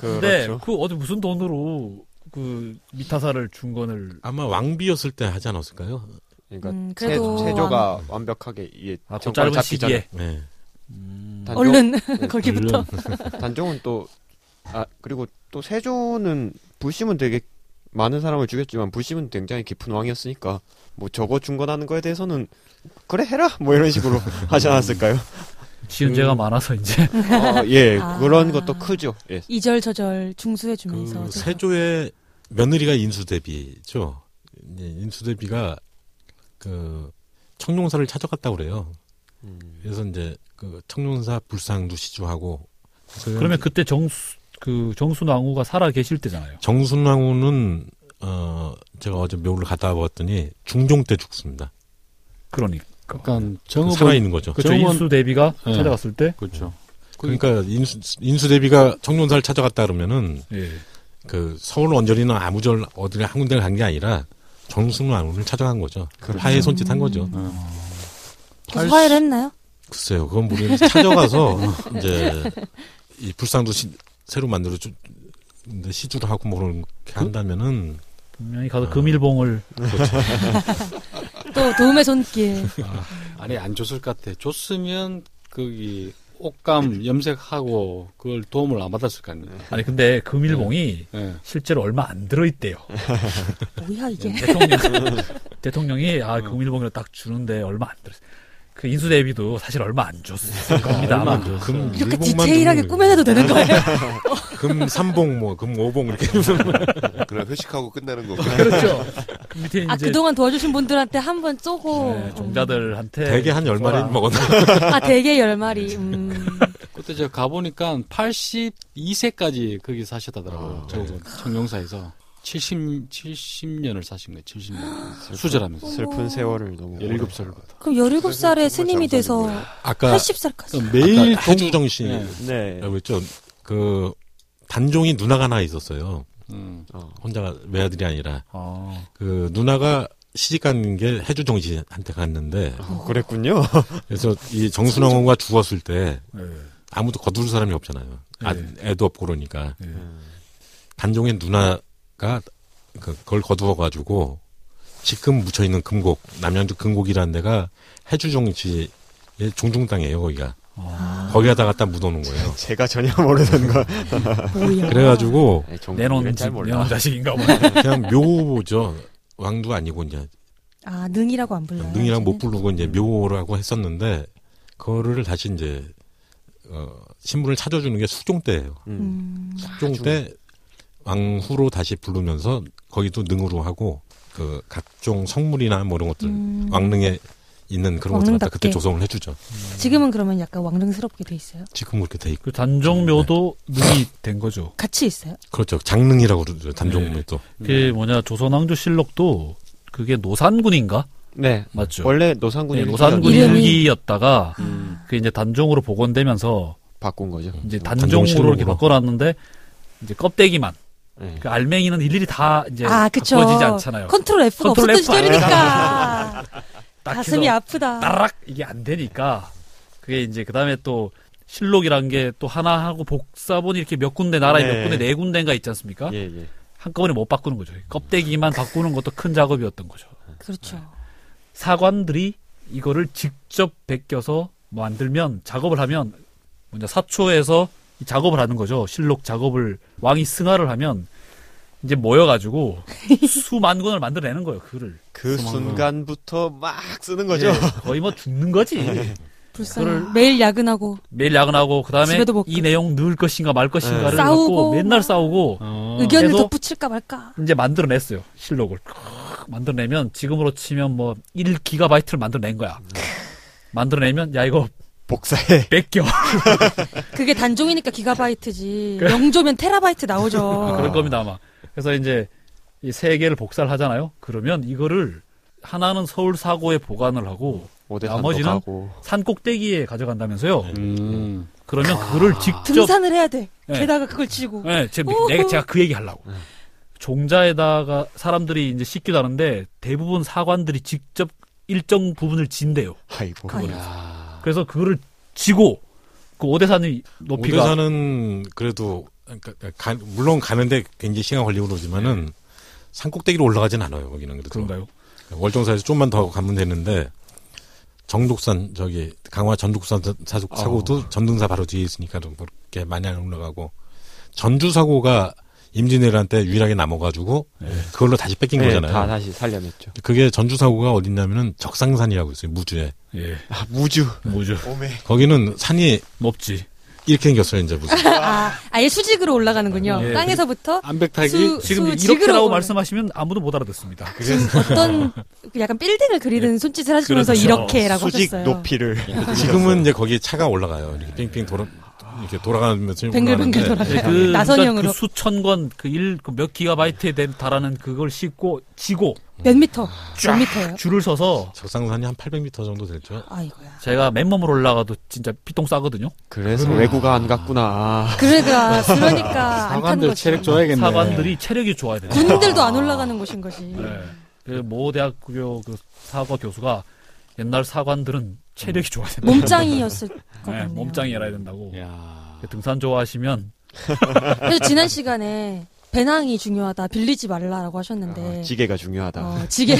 근데
그렇죠.
그 어디 무슨 돈으로 그 미타사를 중건을
아마 왕비였을 때 하지 않았을까요?
그러니까
음,
세,
그래도
세조가 완벽하게 이게
아, 그
정권을
짧은
잡히잖아요.
시기에 음.
네.
단종,
얼른
네,
거기부터
단종은 또, 아, 그리고 또 세조는 불심은 되게 많은 사람을 죽였지만 불심은 굉장히 깊은 왕이었으니까 뭐 저거 중건하는 거에 대해서는 그래 해라 뭐 이런 식으로 하지 않았을까요?
지은 죄가 많아서 이제
어, 예
아.
그런 것도 크죠. 예.
네, 이절저절 중수해주면서
그
제가-
세조의 며느리가 인수대비죠. 이제 인수대비가 그 청룡사를 찾아갔다고 그래요.
음.
그래서 이제 그 청룡사 불상도 시주하고 그래서
그러면 그때 정수 그 정순왕후가 살아 계실 때잖아요.
정순왕후는 어 제가 어제 묘를 갔다 왔더니 중종 때 죽습니다.
그러니까
약간
어,
살아
뭐
정읍은
있는 거죠.
그렇죠.
정원-
인수 대비가
예.
찾아갔을 때
그렇죠.
그러니까 인수 인수대비가 청룡사를 찾아갔다 그러면은
예.
그 서울 원절이나 아무절 어디 한 군데를 간 게 아니라 정순왕후를 찾아간 거죠.
그렇죠.
화해 손짓한 거죠.
계속 화해를 했나요?
글쎄요, 그건 모르겠는데 찾아가서 이제 이 불상도 시- 새로 만들어 주, 근데 시주를 하고 뭐 그렇게 한다면은
분명히 가서
아.
금일봉을
또 도움의 손길
아니 안 줬을 것 같아. 줬으면 거기 옷감 염색하고 그걸 도움을 안 받았을 거 아니에요.
아니 근데 금일봉이
네.
예.
실제로 얼마 안 들어 있대요.
뭐야
예,
이게
대통령, 대통령이 아 금일봉이를 딱 주는데 얼마 안 들었어요. 그 인수 대비도 사실 얼마 안 줬을 겁니다. 아마.
금
이렇게
일봉만
디테일하게
주는
꾸며내도 되는 거예요?
거예요. 금 삼봉 뭐금 오봉 이렇게
그냥 회식하고 끝나는 거고.
그렇죠. 그 밑에 이제
아 그동안 도와주신 분들한테 한 번 쏘고
네, 종자들한테
대개 한 열 마리
줘라.
먹었나?
아 되게 열말이 음.
그때 제가 가보니까 82세까지 거기 사셨다더라고요.
아,
저
네.
청룡사에서 70, 70년을 사신 거예요. 70년. 수절하면서.
슬픈 세월을 너무
17살부터.
그럼 17살에 스님이 돼서
아까
80살까지
매일
아까 해주정 씨라고
예.
네.
했죠. 그 단종이 누나가 하나 있었어요.
음.
어.
혼자 외아들이 아니라
아,
그 누나가 시집 간 게 해주정 씨한테 갔는데
어, 그랬군요.
그래서 이 정순왕후가 죽었을 때
예,
아무도 거두를 사람이 없잖아요. 아,
네.
애도 없고 그러니까
예.
단종의 누나가 그- 그걸 거두어 가지고 지금 묻혀 있는 금곡 남양주 금곡이라는 데가 해주종 씨의 종중 땅이에요 거기가 거기에다 갖다 묻어놓은 거예요.
제가 전혀 모르는 걸.
뭐야
그래가지고
내놓은 집,
네, 잘
내놓은
몰라.
자식인가 봐.
그냥 묘죠 왕도 아니고 이제
아 능이라고 안 불러요
능이랑 못
이제는?
부르고 이제 묘라고 했었는데 그거를 다시 이제 어, 신분을 찾아주는 게 숙종 때예요.
음.
음.
숙종 때 왕후로 다시 부르면서 거기도 능으로 하고 그 각종 성물이나 뭐 이런 것들
음.
왕릉에 있는 그런 것들 갖다
왕릉답게.
그때 조성을 해주죠.
지금은 그러면 약간 왕릉스럽게 돼 있어요?
지금 그렇게 돼 있고
그 단종묘도 능이 된 거죠.
같이 있어요?
그렇죠. 장릉이라고 그러죠. 단종문에
네.
또
그 뭐냐 조선왕조 실록도 그게 노산군인가
네.
맞죠?
원래 노상군이
네, 노산군
음. 이름이- 아.
일기였다가 그 이제 단종으로 복원되면서
바꾼 거죠.
음.
이제
단종
단종으로 이렇게
실록으로.
바꿔놨는데 이제 껍데기만
네.
그 알맹이는 일일이 다 이제
아 그쵸
바꿔지지 않잖아요.
컨트롤 F가
컨트롤
없었던
F 안
시절이니까
딱
가슴이
해서
아프다
따락 이게 안 되니까 그게 이제 그다음에 또 실록이란 게 또 하나하고 복사본이 이렇게 몇 군데 나라에
네.
몇 군데 네 군데인가 있지 않습니까?
예, 예.
한꺼번에 못 바꾸는 거죠. 껍데기만 바꾸는 것도 큰 작업이었던 거죠.
그렇죠
사관들이 이거를 직접 베껴서 만들면 작업을 하면 뭐냐 사초에서 이 작업을 하는 거죠. 실록 작업을 왕이 승하를 하면 이제 모여가지고 수만 권을 만들어내는 거예요. 글을
그 순간부터 막 쓰는 거죠.
예, 거의 뭐 죽는 거지.
불쌍해.
그거를-
매일 야근하고
매일 야근하고 그다음에
집에도 못
이 내용 넣을 것인가 말 것인가를
네. 싸우고
갖고 맨날 싸우고
의견을
계속-
덧붙일까 말까.
이제 만들어냈어요. 실록을. 크, 만들어내면 지금으로 치면 뭐 1기가바이트를 만들어낸 거야. 만들어내면 야 이거
복사해.
뺏겨.
그게 단종이니까 기가바이트지. 영조면 테라바이트 나오죠.
그럴 겁니다 아마. 그래서 이제 이 세 개를 복사를 하잖아요. 그러면 이거를 하나는 서울 사고에 보관을 하고 나머지는?
하고.
산 꼭대기에 가져간다면서요.
네.
음.
그러면 그거를 직접
등산을 해야 돼.
네.
게다가 그걸 지고.
네, 제가,
오호.
내가, 제가 그 얘기 하려고. 종자에다가 사람들이 이제 씻기도 하는데 대부분 사관들이 직접 일정 부분을 진대요.
아이고. 네,
아이고.
그래서 그거를 지고 그 오대산이 높이가
오대산은 그래도 그러니까 가- 물론 가는데 굉장히 시간 걸리고 그러지만은 산꼭대기로 올라가진 않아요. 거기는 그래도
네. 그런가요?
월정사에서 좀만 더 가면 되는데 정독산 저기 강화 전독산 사- 사고- 사고도
어.
전등사 바로 뒤에 있으니까 좀 그렇게 많이 안 올라가고 전주 사고가 임진왜란때 유일하게 남아가지고 그걸로 다시 뺏긴
네,
거잖아요.
다 다시 살려냈죠.
그게 전주 사고가 어딨냐면은 적상산이라고 있어요 무주에
예,
아, 무주.
뭐죠?
네.
오메.
거기는 산이
높지.
이렇게 생겼어요 이제 무슨
아, 아예 수직으로 올라가는군요.
예.
땅에서부터
암백타기
수-
지금
수-
이렇게라고
지그러운-
말씀하시면 아무도 못 알아듣습니다. 그
어떤 약간 빌딩을 그리는 손짓을 하시면서
예. 그렇죠.
네, 이렇게라고
네, 수직
하셨어요.
높이를.
지금은 이제 거기에 차가 올라가요. 이렇게 빙빙 돌아 이렇게 돌아가면서
뱅글뱅글
올라가는데
돌아가요.
네, 그,
나선형으로.
그러니까 그 수천 권그일몇 기가바이트에 된- 달하는 그걸 씻고 지고
몇 미터? 몇 미터예요?
줄을 서서
적상산이 한 800m 정도 되죠.
아이고야.
제가 맨몸으로 올라가도 진짜 피똥 싸거든요.
그래서 외구가 안
아.
갔구나.
그러니까 그러니까 안 타는
사관들
거지.
체력 줘야겠네.
사관들이 체력이 좋아야 돼요.
군인들도 안 올라가는 곳인 거지.
네. 그모 대학교 그 사과 교수가 옛날 사관들은
음.
체력이 좋아야 된다.
몸짱이었을 것
네,
같네요. 예.
몸짱이 일해야 된다고. 그
야.
등산 좋아하시면
그래서 지난 시간에 배낭이 중요하다, 빌리지 말라라고 하셨는데
아, 지게가 중요하다.
네. 어, 지게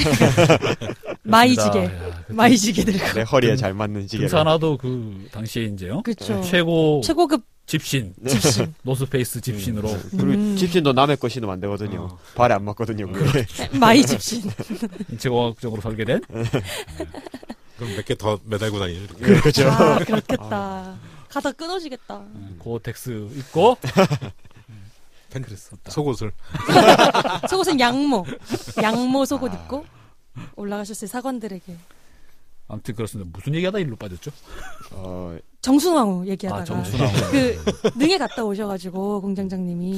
마이
그렇습니다.
지게
야, 그
마이 지게 들고
내 허리에
등-
잘 맞는 지게.
등산화도 그 당시에 이제요
그렇죠.
최고
최고급
집신
집신.
노스페이스 집신으로
그리고
음.
집신도 남의 거 신으면 안 되거든요. 발에 안 맞거든요. 그게.
네, 마이 집신.
인체공학적으로 설계된
음.
그럼 몇 개 더 매달고 다니죠. 이렇게.
그렇죠.
아, 그렇겠다. 가다 끊어지겠다.
음, 고어텍스 입고
팬-
그랬었다.
속옷을
속옷은 양모. 양모 속옷 입고 올라가셨어요, 사관들에게.
아무튼 그렇습니다. 무슨 얘기하다 일로 빠졌죠?
어,
정순왕후 얘기하다가.
아 정순아
그 능에 갔다 오셔가지고 공장장님이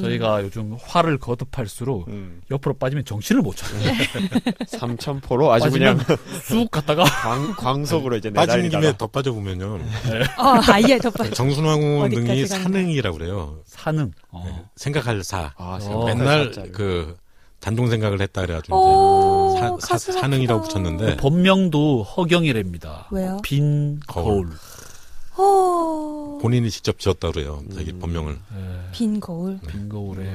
저희가 요즘 화를 거듭할수록
음.
옆으로 빠지면 정신을 못 차려요.
네.
삼천포로 아주
빠지면
그냥
쑥 갔다가
광, 광속으로 이제
빠진 김에
내달리다가 네.
더 빠져보면요.
아 아예 덧발
정순왕후
어디까지
능이
간다.
산능이라고 그래요.
사는
네.
어.
생각할 사.
아,
어,
맨날
살짝.
그 단종 생각을 했다 그래가지고
오
사- 사-
가슴 아프다.
사능이라고
네.
붙였는데.
음.
본명도 허경이랍니다.
왜요?
빈 거울.
거울.
어,
이제 본인이 직접 지었다 그래요. 자기
음.
본명을.
예,
빈 거울
빈 거울에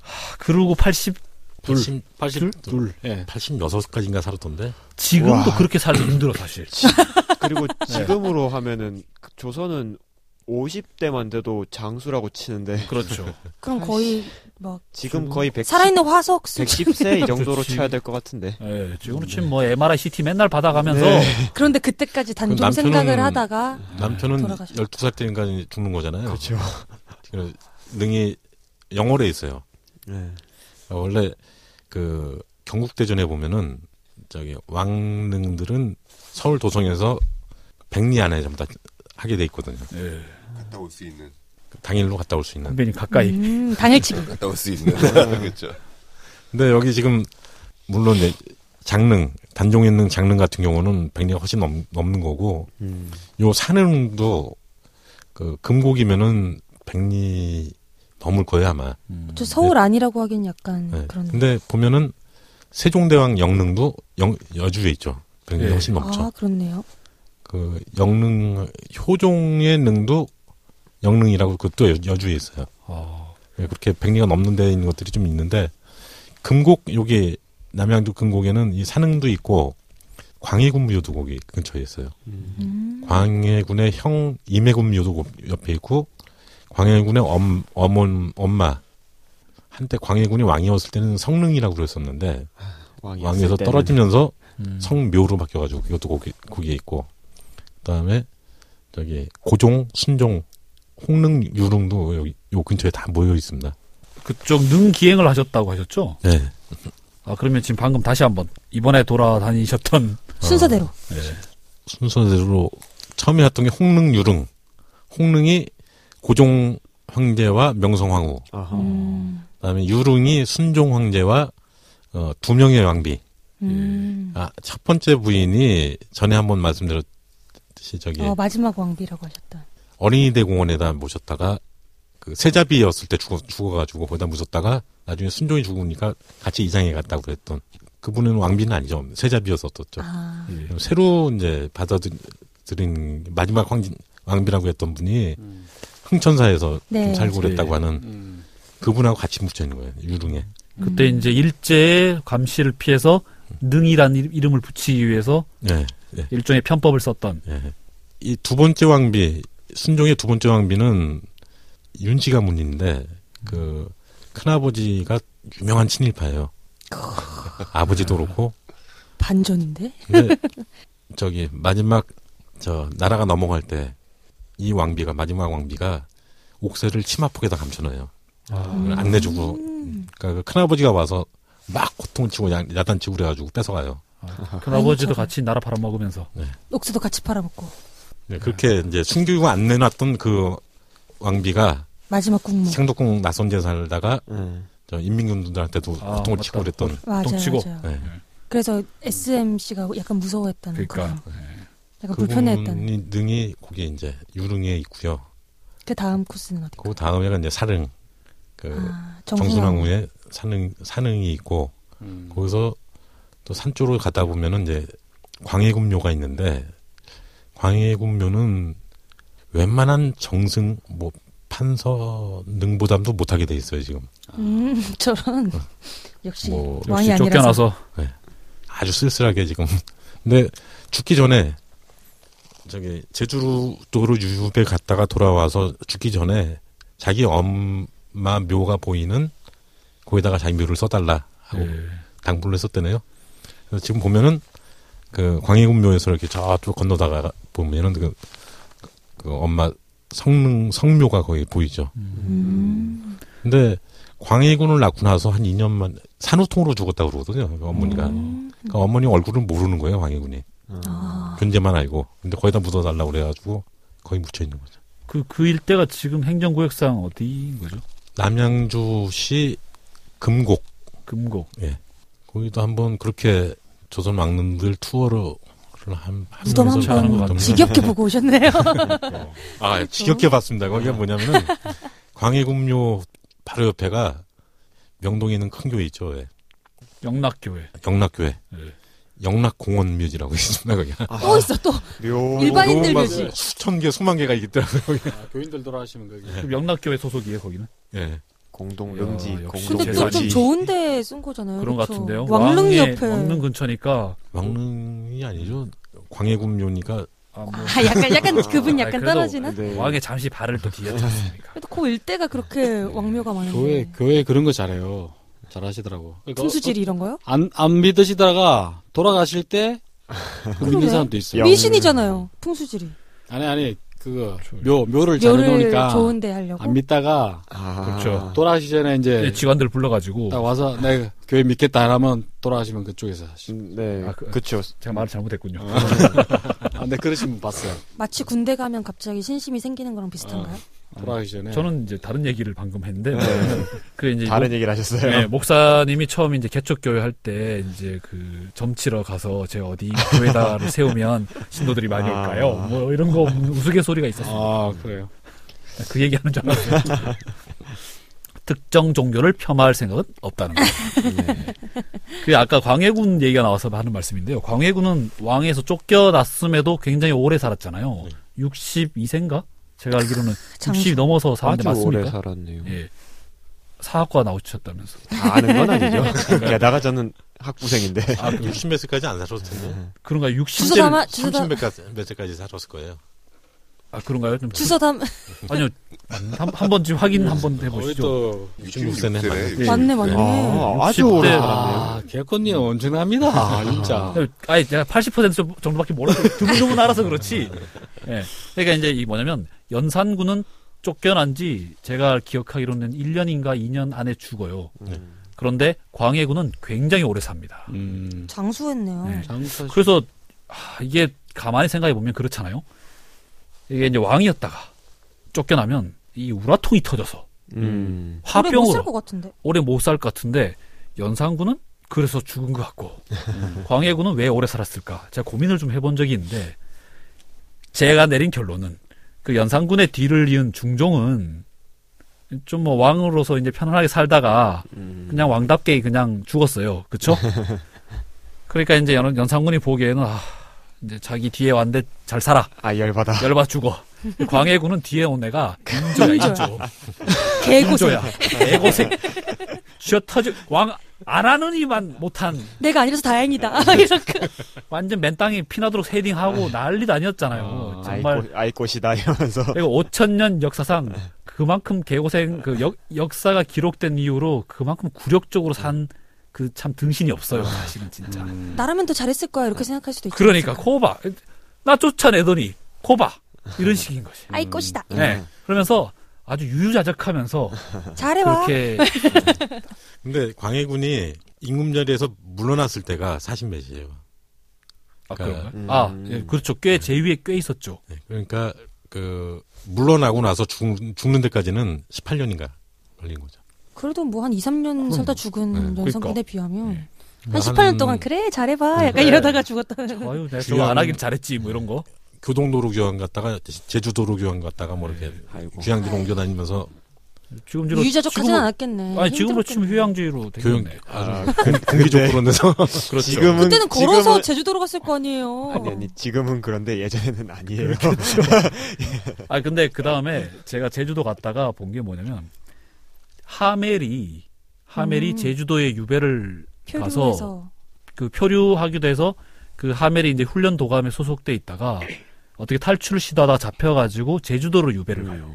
하, 그러고 80 둘.
80,
82. 예.
86까지인가 살았던데.
지금도
우와.
그렇게 살기 힘들어 사실.
그리고 지금으로 하면은 그 조선은 50대만 돼도 장수라고 치는데
그렇죠.
그럼 거의 막
지금 거의 100,
살아있는 화석 수
110세 이 정도로
그렇지.
쳐야 될 것 같은데.
예, 지금으로 치면 뭐 MRI, CT 맨날 받아가면서
그런데 그때까지 단종
그럼 남편은-
생각을 하다가
남편은
돌아가셨-
12살 때인가 죽는 거잖아요.
그렇죠.
그래서 능이 영월에 있어요.
네.
어, 원래 그 경국대전에 보면은 저기 왕릉들은 서울 도성에서 백리 안에 전부 다 하게 돼 있거든요.
예,
갔다 올 수 있는
당일로 갔다 올 수 있는.
선배님 가까이
음, 당일치기
갔다 올 수 있는 그렇죠.
근데 여기 지금 물론 이제 장릉 단종 있는 장릉 같은 경우는 백리가 훨씬 넘, 넘는 거고
음.
요 산릉도 그 금곡이면은 백리 넘을 거예요 아마.
저 서울 아니라고 하긴 약간
네.
음, 그런
근데 보면은 세종대왕 영릉도 영, 여주에 있죠. 백리
예.
훨씬 넘죠.
아 그렇네요
그 영릉 효종의 능도 영릉이라고 그것도 여- 여주에 있어요.
어,
예, 그렇게 백리가 넘는 데 있는 것들이 좀 있는데 금곡 여기 남양주 금곡에는 이 산흥도 있고 광해군 묘도 거기 근처에 있어요.
음.
광해군의 형 임해군 묘도 고- 옆에 있고 광해군의 엄 어머니 엄마 한때 광해군이 왕이었을 때는 성릉이라고 그랬었는데
왕이
왕에서
있을 때는
떨어지면서
음.
성묘로 바뀌어가지고 이것도 거기, 거기에 있고 그다음에 저기 고종, 순종, 홍릉, 유릉도 여기 요 근처에 다 모여 있습니다.
그쪽 능 기행을 하셨다고 하셨죠?
네.
아 그러면 지금 방금 다시 한번 이번에 돌아다니셨던
순서대로.
순서대로 처음에 했던 게 홍릉, 유릉. 홍릉이 고종 황제와 명성 황후.
아하.
음.
그다음에 유릉이 순종 황제와 어, 두 명의 왕비.
음.
아, 첫 번째 부인이 전에 한번 말씀드렸듯이 저기
어, 마지막 왕비라고 하셨다.
어린이대 공원에다 모셨다가 그 세자비였을 때 죽어 죽어가지고 거기다 묻었다가 나중에 순종이 죽으니까 같이 이장에 갔다고 그랬던 그분은 왕비는 아니죠 세자비였었죠
아.
새로 이제 받아들인 마지막 황 왕비라고 했던 분이 흥천사에서
네.
좀 살고
네.
그랬다고 하는
음,
그분하고 같이 묻혀 있는 거예요 유릉에
음.
그때 이제 일제의 감시를 피해서 능이란 이- 이름을 붙이기 위해서
예
일종의 편법을 썼던
예. 이 두 번째 왕비 순종의 두 번째 왕비는 윤씨가 문인데 그 큰아버지가 유명한 친일파예요. 아버지도 그렇고
반전인데?
근데 저기 마지막 저 나라가 넘어갈 때 이 왕비가 마지막 왕비가 옥새를 치마폭에다 감춰놔요. 그걸 안 내주고
음.
그러니까 그 큰아버지가 와서 막 고통치고 야- 야단치고 그래가지고 뺏어가요.
큰아버지도
아이고.
같이 나라 팔아먹으면서
옥수도 같이 팔아먹고.
네, 그렇게 이제 숨기고 안 내놨던 그 왕비가
마지막 국무.
창덕궁 나선 제 살다가
예.
저 인민군들한테도
아,
고통을
맞다.
치고 그랬던
맞아요.
덕치고.
맞아요.
네.
그래서 SMC가 약간 무서워했다는 거.
그러니까
약간 불편해했다는.
그분이 능이 거기 이제 유릉에 있고요.
그 다음 코스는 어디?
그 다음에가 이제 사릉 그
네.
아, 정순왕후.
정순왕후의 사릉 사릉이 있고
음.
거기서 또 산 쪽으로 가다 보면은 이제 광해군묘가 있는데 광해군묘는 웬만한 정승 뭐 판서 능보담도 못하게 돼 있어요 지금
음, 저런. 역시
뭐,
왕이
어. 역시
아니라서.
쫓겨나서
아주 쓸쓸하게 지금. 근데 죽기 전에 저기 제주로 도로 유배 갔다가 돌아와서 죽기 전에 자기 엄마 묘가 보이는 거기다가 자기 묘를 써달라 하고 당부를 했었대네요. 그래서 지금 보면은 그 광해군 묘에서 이렇게 저쪽 건너다가 보면은 그, 그 엄마 성능 성묘가 거기 보이죠.
음.
근데 광해군을 낳고 나서 한 2년만 산후통으로 죽었다고 그러거든요. 그 어머니가.
음.
그러니까 어머니 얼굴은 모르는 거예요, 광해군이.
어.
아,
존재만 알고. 근데 거기다 묻어달라고 그래가지고 거의 묻혀 있는 거죠.
그, 그 일대가 지금 행정구역상 어디인 거죠?
남양주시 금곡.
금곡.
거기도 한번 그렇게 조선 왕릉들 투어를 한,
무덤
하면서
한번
가는 것 같은데.
지겹게 보고 오셨네요.
아, 지겹게 봤습니다. 거기가 뭐냐면은 광해군묘 바로 옆에가 명동에 있는 큰 교회 있죠. 왜?
영락교회.
영락교회.
네.
영락공원 묘지라고 있습니다. 거기
또 있어, 또.
묘.
일반인들
묘만
묘지.
수천 개, 수만 개가 있더라고요. 거기.
교인들 돌아가시면 거기.
그럼 영락교회 소속이에요, 거기는.
예.
공동 명지.
야, 역시
근데
제사지.
또 좀 좋은데 쓴 거잖아요.
그런 것
그쵸?
같은데요.
그렇죠. 왕릉
왕의-
옆에.
왕릉 근처니까.
왕릉이 아니죠. 광해군묘니까
아, 뭐
아, 약간, 약간 그분
아니,
약간
그래도-
네.
네.
떨어지는?
왕의 잠시 발을 또 뒤에 찼으니까.
그래도 그 일대가
네.
그렇게 왕묘가
교회
많은데.
교회 그런 거 잘해요. 잘하시더라고. 그러니까
풍수지리 이런 거요?
어, 안, 안 믿으시다가 돌아가실 때 그거 믿는
그러네.
사람도 있어요.
영.
미신이잖아요. 풍수지리.
아니 아니 그거 묘 묘를
묘를
잘해놓으니까
좋은데 하려고.
안 믿다가
아.
그렇죠.
어? 돌아가시 전에
네.
이제
직원들 불러가지고.
딱 와서 내가 교회 믿겠다 하면 돌아가시면 그쪽에서 하시-
음, 네.
아, 그-
그, 쵸
제가 말을 잘못했군요.
아, 네 그러신 분 봤어요.
마치 군대 가면 갑자기 신심이 생기는 거랑 비슷한가요?
돌아가기 전에
저는 이제 다른 얘기를 방금 했는데. 그래, 이제.
네. 다른 얘기를 하셨어요.
네, 목사님이 처음 이제 개척교회 할 때 이제 그 점치러 가서 제 어디 교회다를 세우면 신도들이 많이
아.
올까요? 뭐 이런 거 우스갯소리가 있었어요.
아 그래요.
그 얘기하는 줄 알았어요. 특정 종교를 폄하할 생각은 없다는 거. 그 아까 광해군 얘기가 나와서 하는 말씀인데요. 광해군은 왕에서 쫓겨났음에도 굉장히 오래 살았잖아요.
네.
62세인가? 제가 알기로는
장-
60이 넘어서 사는데
아주 오래
맞습니까?
살았네요.
예. 사학과 나오셨다면서.
다 아는 건 아니죠.
그러니까.
게다가 저는 학부생인데.
아,
예.
60몇 세까지 안 살았을 텐데.
그, 그런가 60대
주소담아, 주소담,
30몇 세까지 살았을 거예요.
아 그런가요? 좀
주소담
아니요 한, 한 번쯤 확인 한 번
거의
해보시죠.
또
육십육세네.
육십육세네.
예.
맞네 맞네.
아, 아주
60대.
어, 오래 살았네요.
아, 개콘님 엄청납니다. 진짜.
아니 제가 80% 정- 정도밖에 몰라서 드문드문 알아서 그렇지. 예. 그러니까 이제 이 뭐냐면 연산군은 쫓겨난 지 제가 기억하기로는 1년인가 2년 안에 죽어요.
음.
그런데 광해군은 굉장히 오래 삽니다.
네. 음.
장수했네요.
네.
장사
그래서 하, 이게 가만히 생각해 보면 그렇잖아요. 이게 이제 왕이었다가 쫓겨나면 이 우라통이 터져서
오래
음.
못
화병으로
쓸것 같은데.
오래 못 살 것 같은데 연산군은 그래서 죽은 것 같고 광해군은 왜 오래 살았을까? 제가 고민을 좀 해본 적이 있는데 제가 내린 결론은 그 연산군의 뒤를 이은 중종은 좀 뭐 왕으로서 이제 편안하게 살다가
음.
그냥 왕답게 그냥 죽었어요. 그쵸? 그러니까 이제 연, 연산군이 보기에는 아, 이제 자기 뒤에 왔는데 잘 살아.
아 열받아.
열받아 죽어. 광해군은 뒤에 온 애가 인조야, 인조. 아,
개고생.
인조야. 애고생. 쥐어 터지, 왕, 안 하는 이만 못한,
내가 아니라서 다행이다.
네.
이런 거.
완전 맨 땅에 피나도록 헤딩하고 난리도 아니었잖아요.
아,
어, 정말.
아이꽃, 아이꽃이다 이러면서.
그리고 5천년 역사상 그만큼 개고생, 그 역, 역사가 기록된 이후로 그만큼 굴욕적으로 산 그 참 등신이 없어요, 사실은 진짜.
나라면 더 잘했을 거야 이렇게 생각할 수도 있죠.
그러니까 코바 나 쫓아내더니 코바 이런 식인 거지.
아이 것이다.
네. 그러면서 아주 유유자적하면서
잘해봐.
음. 그렇게
근데 광해군이 임금 자리에서 물러났을 때가 40몇이에요.
아,
그런가요?
그런가요? 아 예, 그렇죠. 꽤 제 위에 꽤 있었죠.
그러니까 그 물러나고 나서 죽, 죽는 데까지는 18년인가 걸린 거죠.
그래도 뭐 한 2, 3년 살다 죽은
네,
연산군에
음. 그러니까.
비하면
네.
한 18년 동안 그래 잘해봐 약간 이러다가 죽었다는.
아유, 내가 저거
귀한-
안 하길 잘했지 뭐 이런 거.
교동도로 교환 갔다가 제주도로 교환 갔다가 뭐 이렇게
아이고.
휴양지로 옮겨 다니면서
지금지로
유유자적 하진
지금은-
않았겠네.
아니 지금으로 치면
힘들었겠네.
휴양지로
교육
되겠네.
아주 공기적 그런 데서
그렇죠.
지금은
그때는 걸어서
지금은-
제주도로 갔을 거 아니에요.
아니 아니 지금은 그런데 예전에는 아니에요.
아 근데 그 다음에 제가 제주도 갔다가 본 게 뭐냐면 하멜이 하멜이
음.
제주도에 유배를 가서
표류해서
그 표류하기도 해서 그 하멜이 이제 훈련 도감에 소속돼 있다가 어떻게 탈출을 시도하다 잡혀가지고 제주도로 유배를 가요.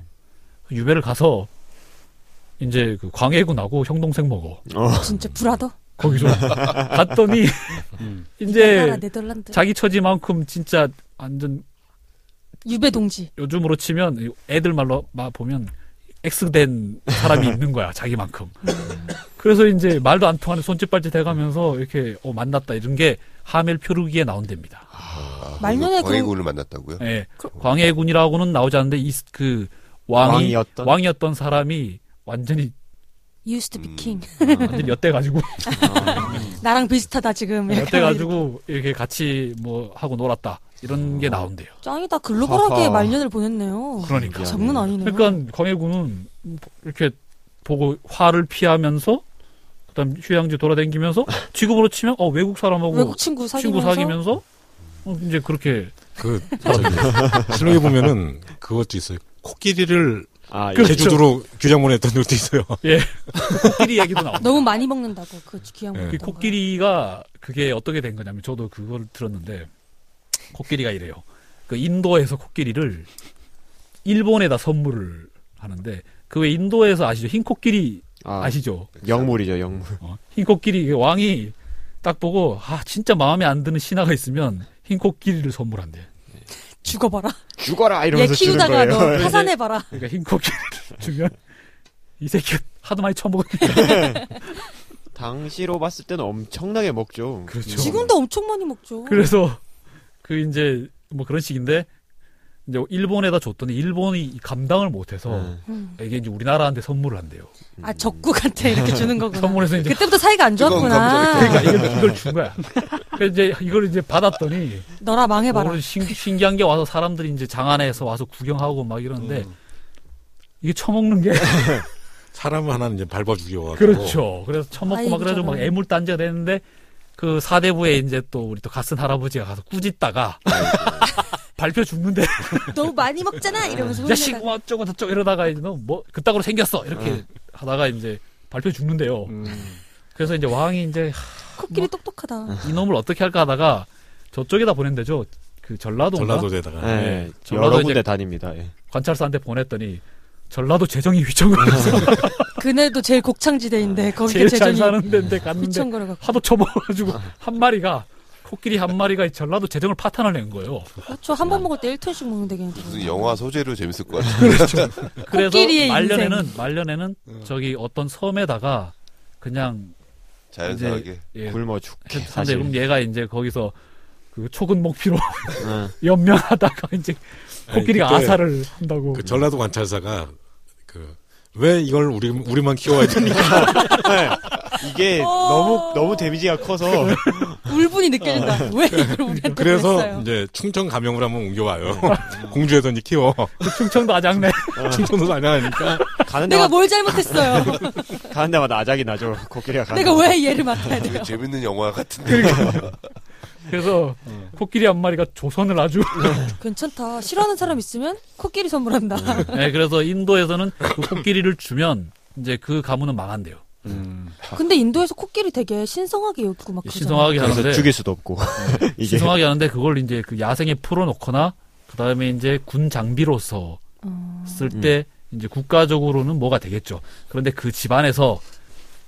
유배를 가서 이제 그 광해군하고 형동생 먹어.
진짜 브라더
거기서 갔더니
음.
나라
이제
네덜란드
자기 처지만큼 진짜 완전
유배 동지
요즘으로 치면 애들 말로 막 보면 X된 사람이 있는 거야 자기만큼. 그래서 이제 말도 안 통하는 손짓발짓 해가면서 이렇게 어, 만났다 이런 게 하멜 표류기에 나온답니다.
아,
말년에 그-
광해군을 만났다고요?
예. 광해군이라고는 나오지 않는데 이, 스- 그 왕이
왕이었던?
왕이었던 사람이 완전히
used to be
음.
king
완전 엿대 가지고
나랑 비슷하다 지금 약간
엿대 가지고 이렇게 같이 뭐 하고 놀았다 이런 게 나온대요.
짱이다 글로벌하게
하하.
말년을 보냈네요.
그러니까.
장난 아니네요.
그러니까 광해군은 이렇게 보고 화를 피하면서 그다음 휴양지 돌아다니면서 지금으로 치면 어 외국 사람하고
외국 친구 사귀면서
친구 사귀면서 어, 이제 그렇게
그 저기 실록에 보면은 그것도 있어요. 코끼리를
아 예.
그렇죠.
제주도로 규장 보냈던 것도 있어요.
코끼리 얘기도 나옵니다.
너무 많이 먹는다고 그 귀한
네.
거.
그 코끼리가 그게 어떻게 된 거냐면 저도 그걸 들었는데 코끼리가 이래요. 그 인도에서 코끼리를 일본에다 선물을 하는데 그 왜 인도에서 아시죠? 흰 코끼리
아,
아시죠?
영물이죠 영물.
어, 흰 코끼리 왕이 딱 보고 아 진짜 마음에 안 드는 신하가 있으면 흰 코끼리를 선물한대.
죽어봐라.
죽어라
얘
이러면서 주는
예, 키우다가 너
거예요.
파산해봐라.
그러니까 흰 코끼리를 주면 이 새끼 하도 많이 처먹었네.
당시로 봤을 때는 엄청나게 먹죠. 음.
그렇죠.
지금도 엄청 많이 먹죠.
그래서 그 이제 뭐 그런 식인데 이제 일본에다 줬더니 일본이 감당을 못해서
음.
음.
이게 이제 우리나라한테 선물을 한대요.
아 적국한테 이렇게 주는 거구나.
선물해서 이제
그때부터 사이가 안
뜨거운
좋았구나.
이걸, 이걸 준 거야. 그래서 이제 이걸 이제 받았더니
너라 망해봐라.
뭐 신, 신기한 게 와서 사람들이 이제 장안에서 와서 구경하고 막 이러는데 이게 처먹는 게
사람 하나는 이제 밟아 죽여가지고
그렇죠. 그래서 처먹고 막
아이고,
그래가지고 막
저런.
애물단지가 됐는데 그 사대부에 이제 또 우리 또 갓슨 할아버지가 가서 꾸짖다가 발표 죽는데
너무 많이 먹잖아 이러면서
야, 씨,
혼내다가.
뭐 어쩌고 저쩌고 이러다가 이제 너뭐 그따구로 생겼어 이렇게 하다가 이제 발표 죽는데요. 그래서 이제 왕이 이제 뭐.
코끼리 똑똑하다.
이놈을 어떻게 할까 하다가 저쪽에다 보낸대죠. 그 전라도인가
전라도에다가
아,
네,
전라도
여러
이제-
군데 다닙니다. 예.
관찰사한테 보냈더니 전라도 재정이 휘청을 해서
그네도 제일 곡창지대인데 거기에
아, 제일 잘
재정이
사는 데인데 갔는데
미천거려가
하도 쳐먹어가지고 한 마리가 코끼리 한 마리가 전라도 재정을 파탄을 낸 거예요.
고추 그렇죠. 한 번 먹을 때 1톤씩 먹는데 그냥
무슨 영화 소재로 재밌을 것 같아.
그래서
코끼리의
말년에는 말년에는 저기 어떤 섬에다가 그냥
자연스럽게.
예,
굶어 죽게
근데
사실.
그럼 얘가 이제 거기서 그 초근 목피로
응.
연명하다가 이제
아니,
코끼리가
그때
아사를 한다고
그 전라도 관찰사가 그 왜 이걸 우리 우리만 키워야
아,
되니까
이게
어.
너무 너무 데미지가 커서
울분이
아.
느껴진다. 왜 이걸 우리한테
그래서
그랬어요? 네.
이제 충청 감염을 한번 옮겨와요. 공주에서 이제 키워
충청도 아장내
충청도 사냥하니까
가는
내가
데마다
뭘 잘못했어요?
가는 데마다 아작이 나죠. 코끼리가 가는.
내가 왜 얘를 맡아야
되게
돼요?
재밌는 영화 같은데.
그래서 코끼리 한 마리가 조선을 아주
괜찮다. 싫어하는 사람 있으면 코끼리 선물한다.
네, 그래서 인도에서는 그 코끼리를 주면 이제 그 가문은 망한대요.
음.
근데 인도에서 코끼리 되게 신성하게 여기고 막 그러잖아요.
신성하게
그래서
하는데 네.
죽일 수도 없고 이게
신성하게 하는데 그걸 이제 그 야생에 풀어놓거나 그 다음에 이제 군 장비로서
어.
음.
쓸 때 이제 국가적으로는 뭐가 되겠죠. 그런데 그 집안에서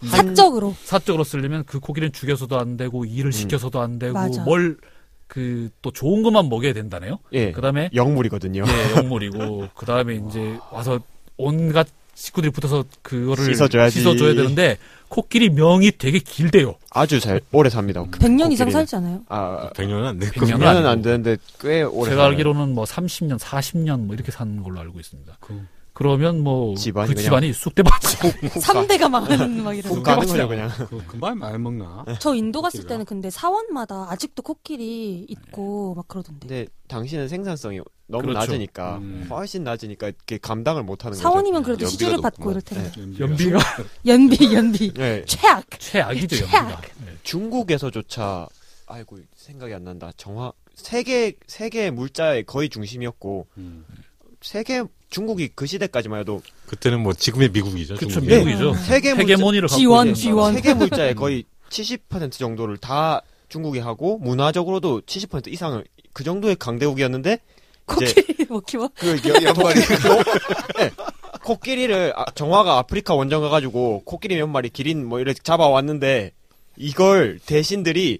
음. 사적으로
사적으로 쓰려면 그 코끼리는 죽여서도 안 되고
음.
일을 시켜서도 안 되고
맞아.
뭘 그 또 좋은 것만 먹여야 된다네요.
예
그다음에
영물이거든요.
예, 영물이고 그다음에 이제 와서 온갖 식구들이 붙어서 그거를
씻어줘야지.
씻어줘야 되는데 코끼리 명이 되게 길대요.
아주 잘 오래 삽니다.
그 100년 이상
코끼리는.
살지 않아요?
아
100년은 안 돼.
음. 100년.
년은
아니고.
안 되는데 꽤 오래.
제가
살아요.
알기로는 뭐 30년, 40년 뭐 이렇게 사는 걸로 알고 있습니다. 그, 러면 뭐 그
집안이 그냥-
집안이 쑥대밭이
삼대가 망하는 막
국
이런 거.
가는 거죠 그냥.
그, 그만 많이 먹나?
저 인도 갔을 때는 근데 사원마다 아직도 코끼리 있고 막
네.
그러던데.
근데 당신은 생산성이 너무
그렇죠.
낮으니까
음.
훨씬 낮으니까 이렇게 감당을 못하는 거죠.
사원이면 그래도
연비가
시주를
높구만. 네.
받고 이럴 텐데.
연비가
연비 연비.
예,
최악.
최악이죠.
최악.
연비가. 네.
중국에서조차 아이고 생각이 안 난다. 정화 세계 세계 물자의 거의 중심이었고 세계 중국이 그 시대까지만 해도
그때는 뭐 지금의 미국이죠.
그쵸,
중국이.
예,
네.
미국이죠.
네. 세계 물자
헤게모니를 갖고
지원,
있는
지원.
세계 물자의 거의 70% 정도를 다 중국이 하고 문화적으로도 70% 이상을 그 정도의 강대국이었는데
코끼리 뭐 키워?
그
이 양반이
네. 코끼리를 아, 정화가 아프리카 원정 가가지고 코끼리 몇 마리 기린 뭐 이렇게 잡아왔는데 이걸 대신들이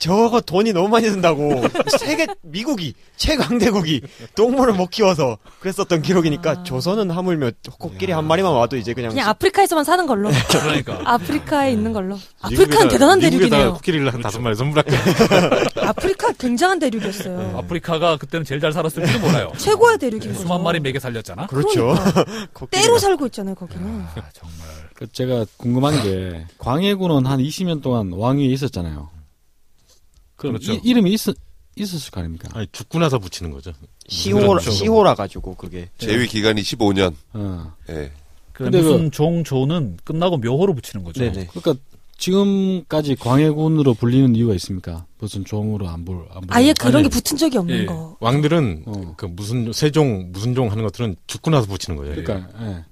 저거 돈이 너무 많이 든다고 세계 미국이 최강대국이 동물을 못 키워서 그랬었던 기록이니까
아.
조선은 하물며 코끼리 한 마리만 와도 이제 그냥,
그냥 아프리카에서만 사는 걸로.
그러니까
아프리카에 있는 걸로.
미국에다-
아프리카는
미국에다가
대단한 대륙이네요. 네.
코끼리를 한 다섯 마리 선물할게.
아프리카 굉장한
네.
대륙이었어요.
아프리카가 그때는 제일 잘 살았을지도 몰라요. 예,
최고의 대륙인 거죠.
네, 수만 마리 먹여 살렸잖아.
그렇죠
그러니까.
코끼리가.
때로 살고 있잖아요, 거기는.
아, 정말
그 제가 궁금한 게 광해군은 한 20년 동안 왕위에 있었잖아요. 그럼
그렇죠.
이, 이름이 있, 있었을 거 아닙니까?
아니 죽고 나서 붙이는 거죠.
시호라
그렇죠.
시호라 가지고 그게
제위 기간이 15년.
어.
예.
그
근데
무슨 종조는 끝나고 묘호로 붙이는 거죠.
네네
그러니까 지금까지 광해군으로 불리는 이유가 있습니까? 무슨 종으로 안 불. 안 불-
아예 그런
아니,
게 붙은 적이 없는
예.
거.
왕들은
어.
그 무슨 세종 무슨 종 하는 것들은 죽고 나서 붙이는 거예요.
그러니까 예.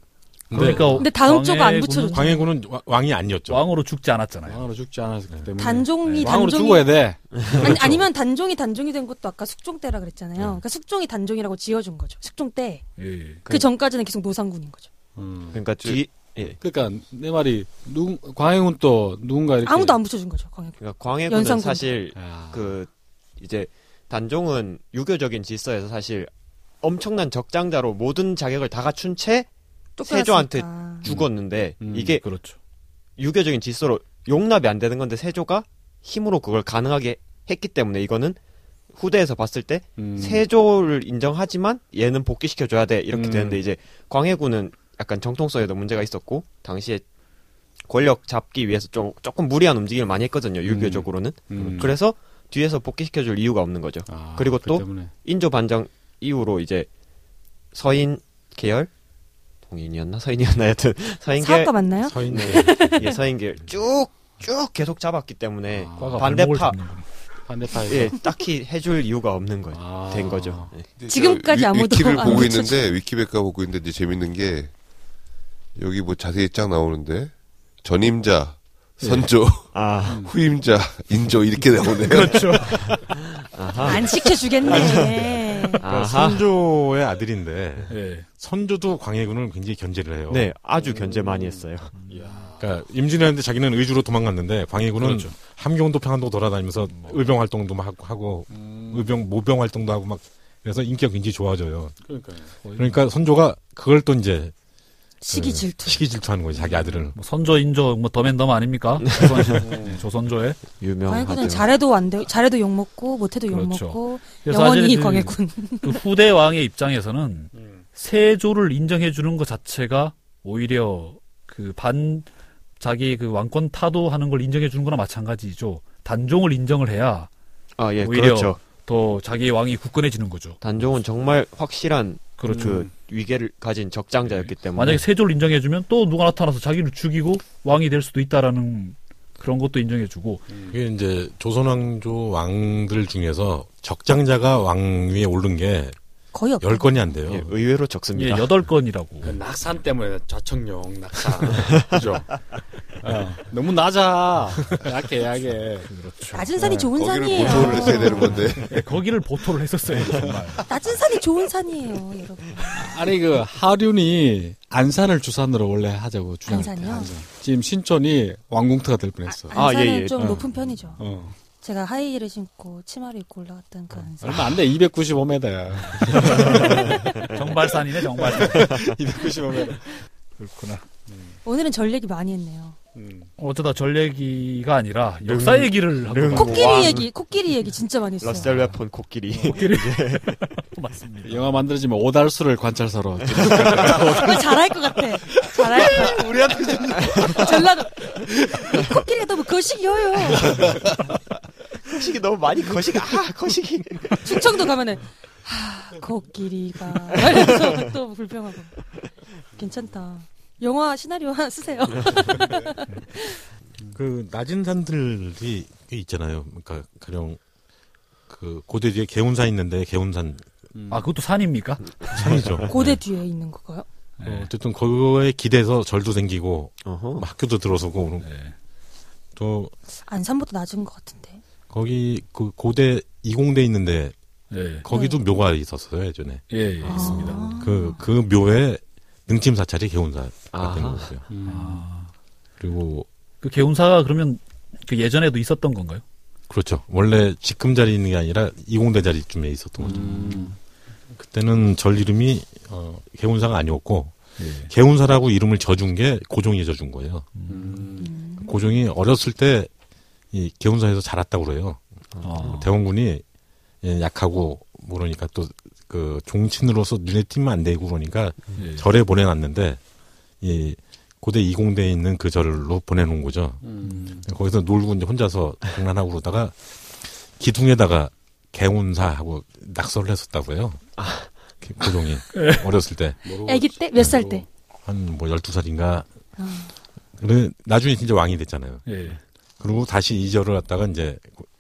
근데
근데 다음 쪽은 안
광해군은
붙여줬죠.
광해군은 와- 왕이
그렇죠.
아니었죠.
왕으로 죽지 않았잖아요.
왕으로 죽지 않았기
네.
때문에
단종이
네. 왕으로
단종이
죽어야 돼.
아니, 아니면 단종이 단종이 된 것도 아까 숙종 때라 그랬잖아요. 그러니까 숙종이 단종이라고 지어준 거죠. 숙종 때 그
예.
그-
전까지는 계속 노상군인 거죠.
음.
그러니까 뒤 예.
그러니까 내 말이 누 광해군 또 누군가 이렇게
아무도 안 붙여준 거죠. 광해.
그러니까 광해군은
연산군.
사실
아,
그 이제 단종은 유교적인 질서에서 사실 엄청난 적장자로 모든 자격을 다 갖춘 채 세조한테
쫓겨났으니까.
죽었는데
음,
이게
그렇죠.
유교적인 질서로 용납이 안 되는 건데 세조가 힘으로 그걸 가능하게 했기 때문에 이거는 후대에서 봤을 때
음.
세조를 인정하지만 얘는 복귀시켜 줘야 돼 이렇게
음.
되는데 이제 광해군은 약간 정통성에도 문제가 있었고 당시에 권력 잡기 위해서 좀 조금 무리한 움직임을 많이 했거든요 유교적으로는
음.
그래서 뒤에서 복귀시켜 줄 이유가 없는 거죠
아,
그리고
그
또
때문에.
인조 반정 이후로 이제 서인 계열 동인이었나 서인이었나 하여튼 서인 계열
사학과 맞나요?
서인
예, 서인 계열 쭉쭉 계속 잡았기 때문에
아,
과가
반대파.
발목을 잡는군요.
반대파에서
예 딱히 해줄 이유가 없는 거예요
아.
된 거죠 예.
근데
지금까지
제가 위-
아무도
위키를
안
보고
붙여줘.
있는데 위키백과 보고 있는데 이제 재밌는 게 여기 뭐 자세히 쫙 나오는데 전임자, 선조,
아
후임자, 인조 이렇게 나오네요.
그렇죠.
아하.
안 시켜주겠네.
그러니까
아하.
선조의 아들인데
예.
선조도 광해군을 굉장히 견제를 해요.
네, 아주 견제 많이 했어요.
그러니까 임진왜란때 자기는 의주로 도망갔는데 광해군은
그렇죠.
함경도 평안도 돌아다니면서 의병 활동도 막 하고- 하고 의병 모병 활동도 하고 막 그래서 인기가 굉장히 좋아져요.
그러니까요.
그러니까 선조가 그걸 또 이제
시기
그
질투.
시기 질투하는 거지 자기 아들을.
뭐 선조 인조 뭐 더맨덤 아닙니까?
네.
조선, 조선조에.
광해군은
유명하죠.
잘해도 안 돼, 잘해도 욕 먹고 못해도 욕
그렇죠.
먹고
그래서
영원히
사실은
광해군.
그 후대 왕의 입장에서는 세조를 인정해 주는 것 자체가 오히려 그 반 자기 그 왕권 타도하는 걸 인정해 주는 거나 마찬가지죠. 단종을 인정을 해야
아, 예,
오히려-
그렇죠.
더 자기 왕이 굳건해지는 거죠.
단종은 정말 확실한
그렇죠. 음.
그 위계를 가진 적장자였기 때문에
만약에 세조를 인정해 주면 또 누가 나타나서 자기를 죽이고 왕이 될 수도 있다라는 그런 것도 인정해 주고
그게 이제 조선왕조 왕들 중에서 적장자가 왕위에 오른 게
거의 없다.
열 건이 안 돼요. 예.
예, 의외로
이게
적습니다.
여덟 건이라고.
그 낙산 때문에 좌청룡 낙산. 그죠? 어, 너무 낮아. 약해, 약해.
그렇죠.
낮은 산이 좋은
거기를
산이에요.
보조를 했어야
아.
되는 건데
거기를 보토를 했었어요 정말.
낮은 산이 좋은 산이에요, 여러분.
아니, 그, 하륜이 안산을 주산으로 원래 하자고 주장했대요.
안산이요?
안산. 지금 신촌이 왕궁터가 될 뻔했어.
아,
안산은
예, 예.
좀
음.
어.
높은 편이죠.
어.
제가 하이힐을 신고 치마를 입고 올라갔던 그 안산.
얼마 안 돼. 295m.
정발산이네 정발산.
295m.
그렇구나.
오늘은 절 얘기 많이 했네요.
음.
어쩌다 절 얘기가 아니라 역사 얘기를 하고
능-
막-
코끼리
왕.
얘기, 코끼리 얘기 진짜 많이 했어요.
러셀 웨폰 코끼리.
맞습니다.
영화 만들어지면 오달수를 관찰사로.
그걸 어, 잘할 것 같아. 잘할 것 같아. 우리한테 전라도. 이 코끼리가 너무 거시기여요.
거식이 너무 많이 거식. 아, 거식이.
충청도 가면은, 하, 코끼리가. 이러면서 또 불평하고. 괜찮다. 영화 시나리오 하나 쓰세요.
그렇죠.
그 낮은 산들이 꽤 있잖아요. 그러니까 가령 그 고대 뒤에 개운산 있는데 개운산
아 그것도 산입니까?
산이죠.
네.
고대 뒤에 있는 거고요.
어, 어쨌든 그거에 기대서 절도 생기고
어허.
뭐 학교도 들어서고 그런-
네.
또
안산보다 낮은 것 같은데.
거기 그 고대 이공대 있는데
예.
거기도 묘가 있었어요 예전에
예, 예,
아.
있습니다.
그 그 묘에 능침 사찰이 개운사 같은
아하.
거였어요.
아.
그리고
그 개운사가 그러면 그 예전에도 있었던 건가요?
그렇죠 원래 지금 자리 있는 게 아니라 이공대 자리쯤에 있었던 거죠. 그때는 절 이름이 어, 개운사가 아니었고
예.
개운사라고 이름을 져준 게 고종이 져준 거예요.
음.
고종이 어렸을 때 이 개운사에서 자랐다고 그래요.
아.
대원군이 예, 약하고 뭐 그러니까 또 그 종친으로서 눈에 띄면 안 되고 그러니까
예.
절에 보내놨는데 이 고대 이공대에 있는 그 절로 보내놓은 거죠.
음.
거기서 놀고 이제 혼자서 장난하고 그러다가 기둥에다가 개운사하고 낙서를 했었다고요.
아.
고종이
네.
어렸을 때.
아기 때? 몇 살 때?
네.
한 뭐 12살인가.
어.
근데 나중에 진짜 왕이 됐잖아요.
예.
그리고 다시 이 절을 갖다가 이제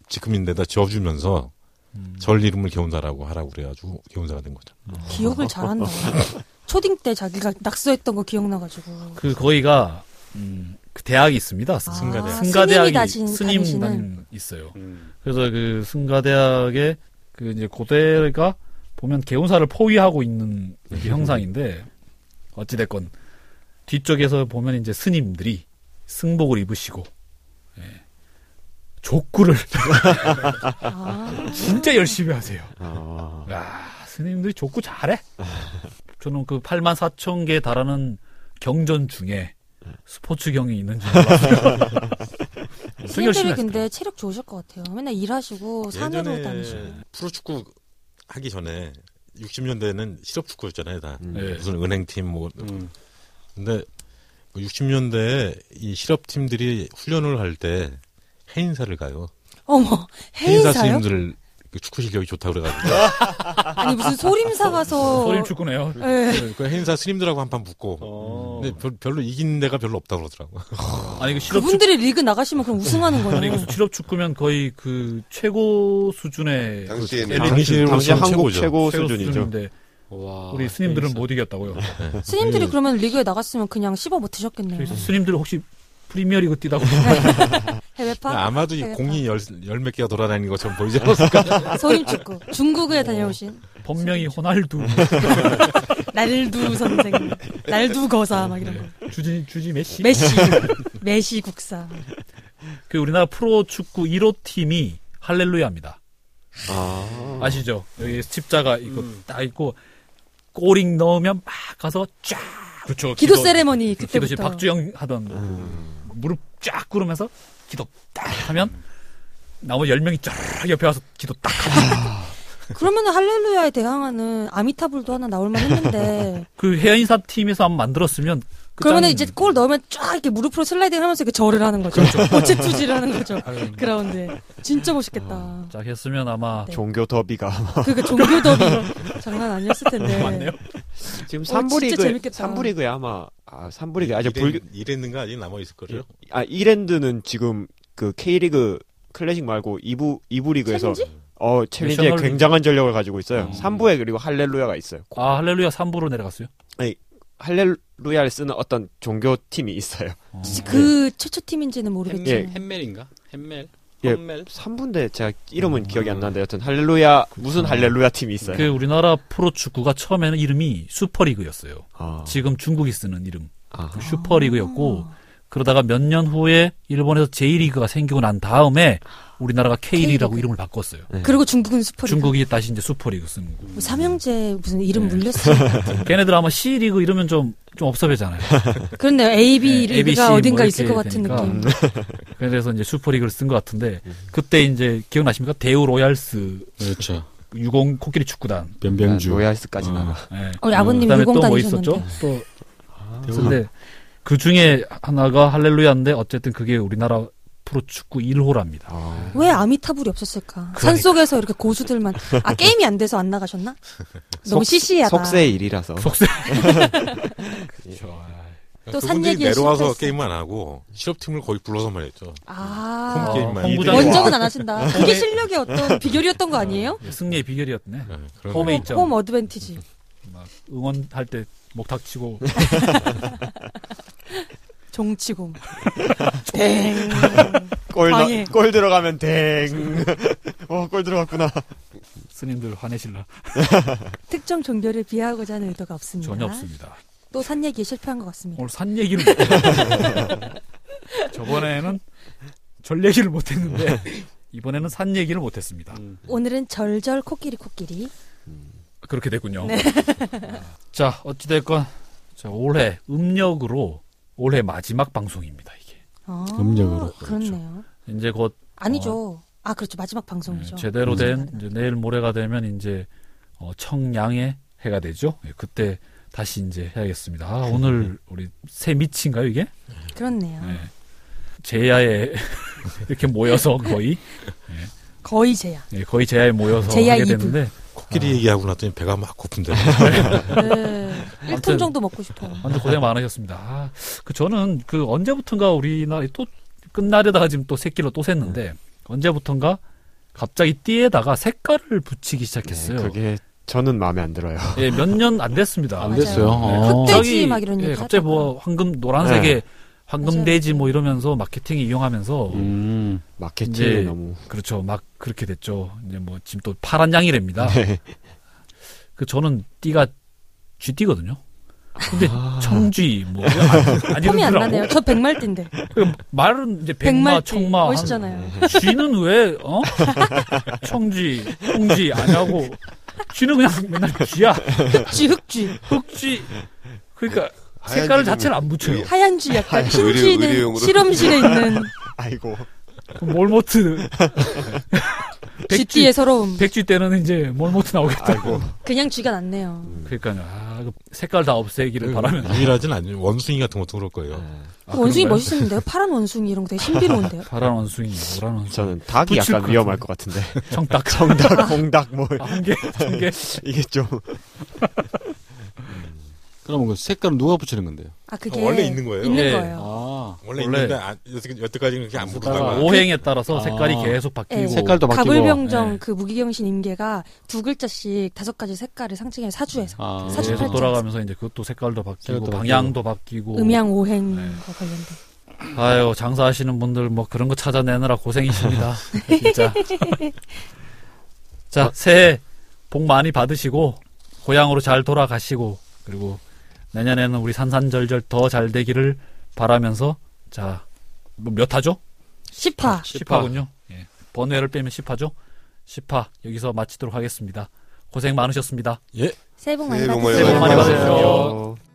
지금인 데다 지어주면서
음.
절 이름을 개운사라고 하라고 그래가지고 개운사가 된 거죠.
기억을 잘한다. 초딩 때 자기가 낙서했던 거 기억나가지고.
그 거기가 음, 그 대학이 있습니다.
승가대학.
승가대학이
아, 스님이 다신-
스님
다니시는.
단 있어요. 그래서 그 승가대학의 그 이제 고대가 보면 개운사를 포위하고 있는 그 형상인데 어찌 됐건 뒤쪽에서 보면 이제 스님들이 승복을 입으시고 예. 족구를
아,
진짜 열심히 하세요.
아,
아, 스님들이 족구 잘해. 저는 그 8만 4천 개에 달하는 경전 중에 스포츠 경이 있는 줄 알았어요. 엄청 열심히 하시더라고요.
스님들이 근데 체력 좋으실 것 같아요. 맨날 일하시고 산으로 다니시고.
네.
프로축구 하기 전에 60년대는 실업축구였잖아요. 다
음.
예.
무슨 은행팀 뭐.
음.
근데 뭐 60년대에 이 실업팀들이 훈련을 할 때 해인사를 가요.
어머,
해인사
해인사요?
스님들 그 축구 실력이 좋다 그래가지고.
아니 무슨 소림사 가서
어. 소림 축구네요. 그렇죠.
예.
네, 그 행사 스님들하고 한 판 붙고. 근데 별, 별로 이기는 데가 별로 없다 그러더라고.
아니 그 실업 축구
그분들이 리그 나가시면 그럼 우승하는
아니
거네요.
그 실업 축구면 거의 그 최고 수준의
당시에는
그 엘리트
당시로서는
당시 한국
네. 최고죠.
최고,
최고
수준이죠.
수준인데
와.
우리 스님들은 못 이겼다고요.
스님들이 그러면 리그에 나갔으면 그냥 씹어 못 드셨겠네요.
그래서 스님들 혹시 프리미어리그 뛰다고
해외파
네, 아마도 이
해외파. 아,
공이 열 몇 개가 돌아다니는 것처럼 보이지 않았을까?
소림축구 중국에 다녀오신
본명이 호날두
날두 선생님 날두 거사 막 이런 거
주지 주지 메시
메시 메시 국사
그 우리나라 프로 축구 1호 팀이 할렐루야입니다.
아.
아시죠? 여기 십자가 이거
음.
딱 있고 꼬링 넣으면 막 가서 쫙 그렇죠.
기도 세레머니 그때부터
기도시 박주영 하던 무릎 쫙 꿇으면서 기도 딱 하면 나머지 10명이 쫙 옆에 와서 기도 딱 하고
그러면 할렐루야에 대항하는 아미타불도 하나 나올만 했는데
그 해인사 팀에서 한번 만들었으면
그러면 이제 골 넣으면 쫙 이렇게 무릎으로 슬라이딩 하면서 이렇게 절을 하는 거죠 고체투지를 하는 거죠 그라운드에 진짜 멋있겠다
쫙 했으면 아마
네.
종교 더비가
그러니까 종교 더비 장난 아니었을 텐데
맞네요.
지금
어, 진짜 재밌겠다.
3부리그 삼부리그에 아마 아 3부리그 아직 불
이랬는가 아직 남아 있을 거죠.
아 이랜드는 지금 그 K리그 클래식 말고 2부 2부 리그에서
챌린지?
어 챌린지에
내셔널 리그.
굉장한 전력을 가지고 있어요.
음.
3부에 그리고 할렐루야가 있어요. 고-
아 할렐루야 3부로 내려갔어요.
할렐루야를 쓰는 어떤 종교 팀이 있어요.
혹시 그 최초 팀인지는
햄멜, 예.
모르겠지만
햄멜인가? 햄멜?
예.
햄멜?
3부인데 제가 이름은 기억이 안 나는데 여튼 할렐루야 무슨 할렐루야 팀이 있어요.
그 우리나라 프로 축구가 처음에는 이름이 슈퍼리그였어요.
아,
지금 중국이 쓰는 이름
아.
그 슈퍼리그였고
아.
그러다가 몇 년 후에 일본에서 J리그가 생기고 난 다음에 우리나라가 K리라고
K리그.
이름을 바꿨어요.
네.
그리고 중국은 스포츠
네. 중국이 다시 이제 슈퍼리그 쓰는 거.
뭐 삼형제 무슨 이름
네.
물렸어.
걔네들 아마 C리그 이러면 좀, 좀 업섭해잖아요.
그런데요. AB
네, ABC
리그가
뭐
어딘가
이렇게
있을 것 같은
되니까. 음.
느낌.
그래서 이제 슈퍼리그를 쓴 것 같은데, 그때 이제 기억나십니까? 대우 로얄스
그렇죠.
60 코끼리 축구단.
음. 아,
변병주.
네, 로얄스까지 나가.
예.
우리 아버님
그다음에
유공
또 뭐
다니셨는데.
있었죠? 또. 근데 그 중에 하나가 할렐루야인데, 어쨌든 그게 우리나라 프로축구 1호랍니다.
어.
왜 아미타불이 없었을까?
그러니까.
산속에서 이렇게 고수들만 아 게임이 안 돼서 안 나가셨나? 너무 시시하다.
속세 일이라서.
속세. 그렇죠.
그러니까
또산
그분들이
얘기에
내려와서
실패했어.
게임만 안 하고 실업팀을 거의 불러서만 했죠.
아
홈 게임만.
홈구장에
이대일.
원정은 안 하신다. 그게 실력의 어떤 비결이었던 거 아니에요?
승리의 비결이었네.
네, 그런
홈에
거.
있죠.
홈 어드밴티지.
막 응원할 때 목탁 치고.
종치고. 땡.
골, 넣-
방해.
골 들어가면 댕. 어, 골 들어갔구나.
스님들 화내실라.
특정 종교를 비하하고자 하는 의도가 없습니다.
전혀 없습니다. 어.
또 산 얘기에 실패한 것 같습니다.
오늘 산 얘기를 못 했어요. 저번에는 절 얘기를 못 했는데 이번에는 산 얘기를 못 했습니다.
음.
오늘은 절절 코끼리 코끼리.
그렇게 됐군요.
네.
아, 자, 어찌 됐건 자, 올해 음력으로 올해 마지막 방송입니다, 이게.
아,
음력으로.
그렇죠.
그렇네요.
이제 곧
아니죠. 아 그렇죠. 마지막 방송이죠.
예, 어. 제대로 된
음.
이제 내일 모레가 되면 이제 어, 청량의 해가 되죠. 예, 그때 다시 이제 해야겠습니다. 아, 오늘 우리 새 밑인가요, 이게?
그렇네요.
예. 제야에 이렇게 모여서 거의
거의 제야.
예, 거의 제야에 모여서
제야
하게
이브.
됐는데
코끼리 얘기하고 났더니 배가 막 고픈데.
네. 1톤 정도 먹고 싶어.
완전 고생 많으셨습니다. 아, 그 저는 그 언제부턴가 우리나라 또 끝나려다가 지금 또 새끼로 또 샜는데 언제부턴가 갑자기 띠에다가 색깔을 붙이기 시작했어요.
네, 그게 저는 마음에 안 들어요.
예, 몇 년 안 됐습니다.
안
맞아요.
됐어요. 어.
그때- 네, 흑돼지
갑자기,
막 이런
예,
얘기
갑자기 뭐 황금 노란색에
네.
황금돼지 뭐 이러면서 마케팅
어.
이용하면서
음.
마케팅이
이제-
너무.
그렇죠. 막 그렇게 됐죠. 이제 뭐 지금 또 파란 양이랍니다.
네.
그 저는 띠가 쥐띠거든요. 근데
아.
청쥐 뭐 안, 안
폼이 안
이러더라고.
나네요. 저 백말띠인데.
그 말은 이제 백마,
백말띠.
청마 네. 하는
멋있잖아요.
쥐는 왜 어? 청쥐, 홍쥐 안 하고 쥐는 그냥 맨날 쥐야.
쥐, 흑쥐.
흑쥐. 그러니까
하얀
색깔
쥐는
자체를 안 붙여요.
하얀 쥐 약간
하얀
흰
의료-
쥐는
의료용으로.
실험실에 있는
아이고.
몰모트.
쥐띠의 서러움.
백쥐 때는 이제 몰모트 나오겠다.
아이고.
그냥 쥐가 낫네요.
그러니까요. 아, 그 색깔 다 없애기를 바라면.
유일하진 않죠. 원숭이 같은 것도 그럴 거예요.
아,
원숭이
그런가요?
멋있었는데요. 파란 원숭이 이런 거 되게 신비로운데요.
파란 원숭이, 노란 원숭이,
저는 닭이
붙일
약간
것
위험할 것 같은데.
청딱.
정닭, 공닭 뭐
아, 한 개, 한 개.
이게 좀
그러면 그 색깔은 누가 붙이는 건데요?
아 그게
어, 원래 있는 거예요?
있는
예.
거예요.
아.
원래,
원래-
있는데 안- 여태- 여태까지는 그렇게 안
아,
부르다가
오행에 따라서 색깔이
아.
계속
예.
바뀌고.
색깔도 바뀌고.
가불병정
예.
그 무기경신 임계가 두 글자씩 다섯 가지 색깔을 상징해 사주에서
아.
사주
계속
팔자.
돌아가면서 이제 그것도 색깔도 바뀌고
색깔도
방향도 바뀌고
음양 오행
네.
과 관련된.
아유 장사하시는 분들 뭐 그런 거 찾아내느라 고생이십니다. 진짜. 자 새해 복 많이 받으시고 고향으로 잘 돌아가시고 그리고 내년에는 우리 산산절절 더 잘 되기를 바라면서 뭐 자몇 화죠?
아,
10화.
10화군요. 예. 번외를 빼면 10화죠. 10화 여기서 마치도록 하겠습니다. 고생 많으셨습니다.
예.
새해 복 많이
새해 복 많이
받으세요.
새해 복 많이
받으세요.
받으십시오.
어,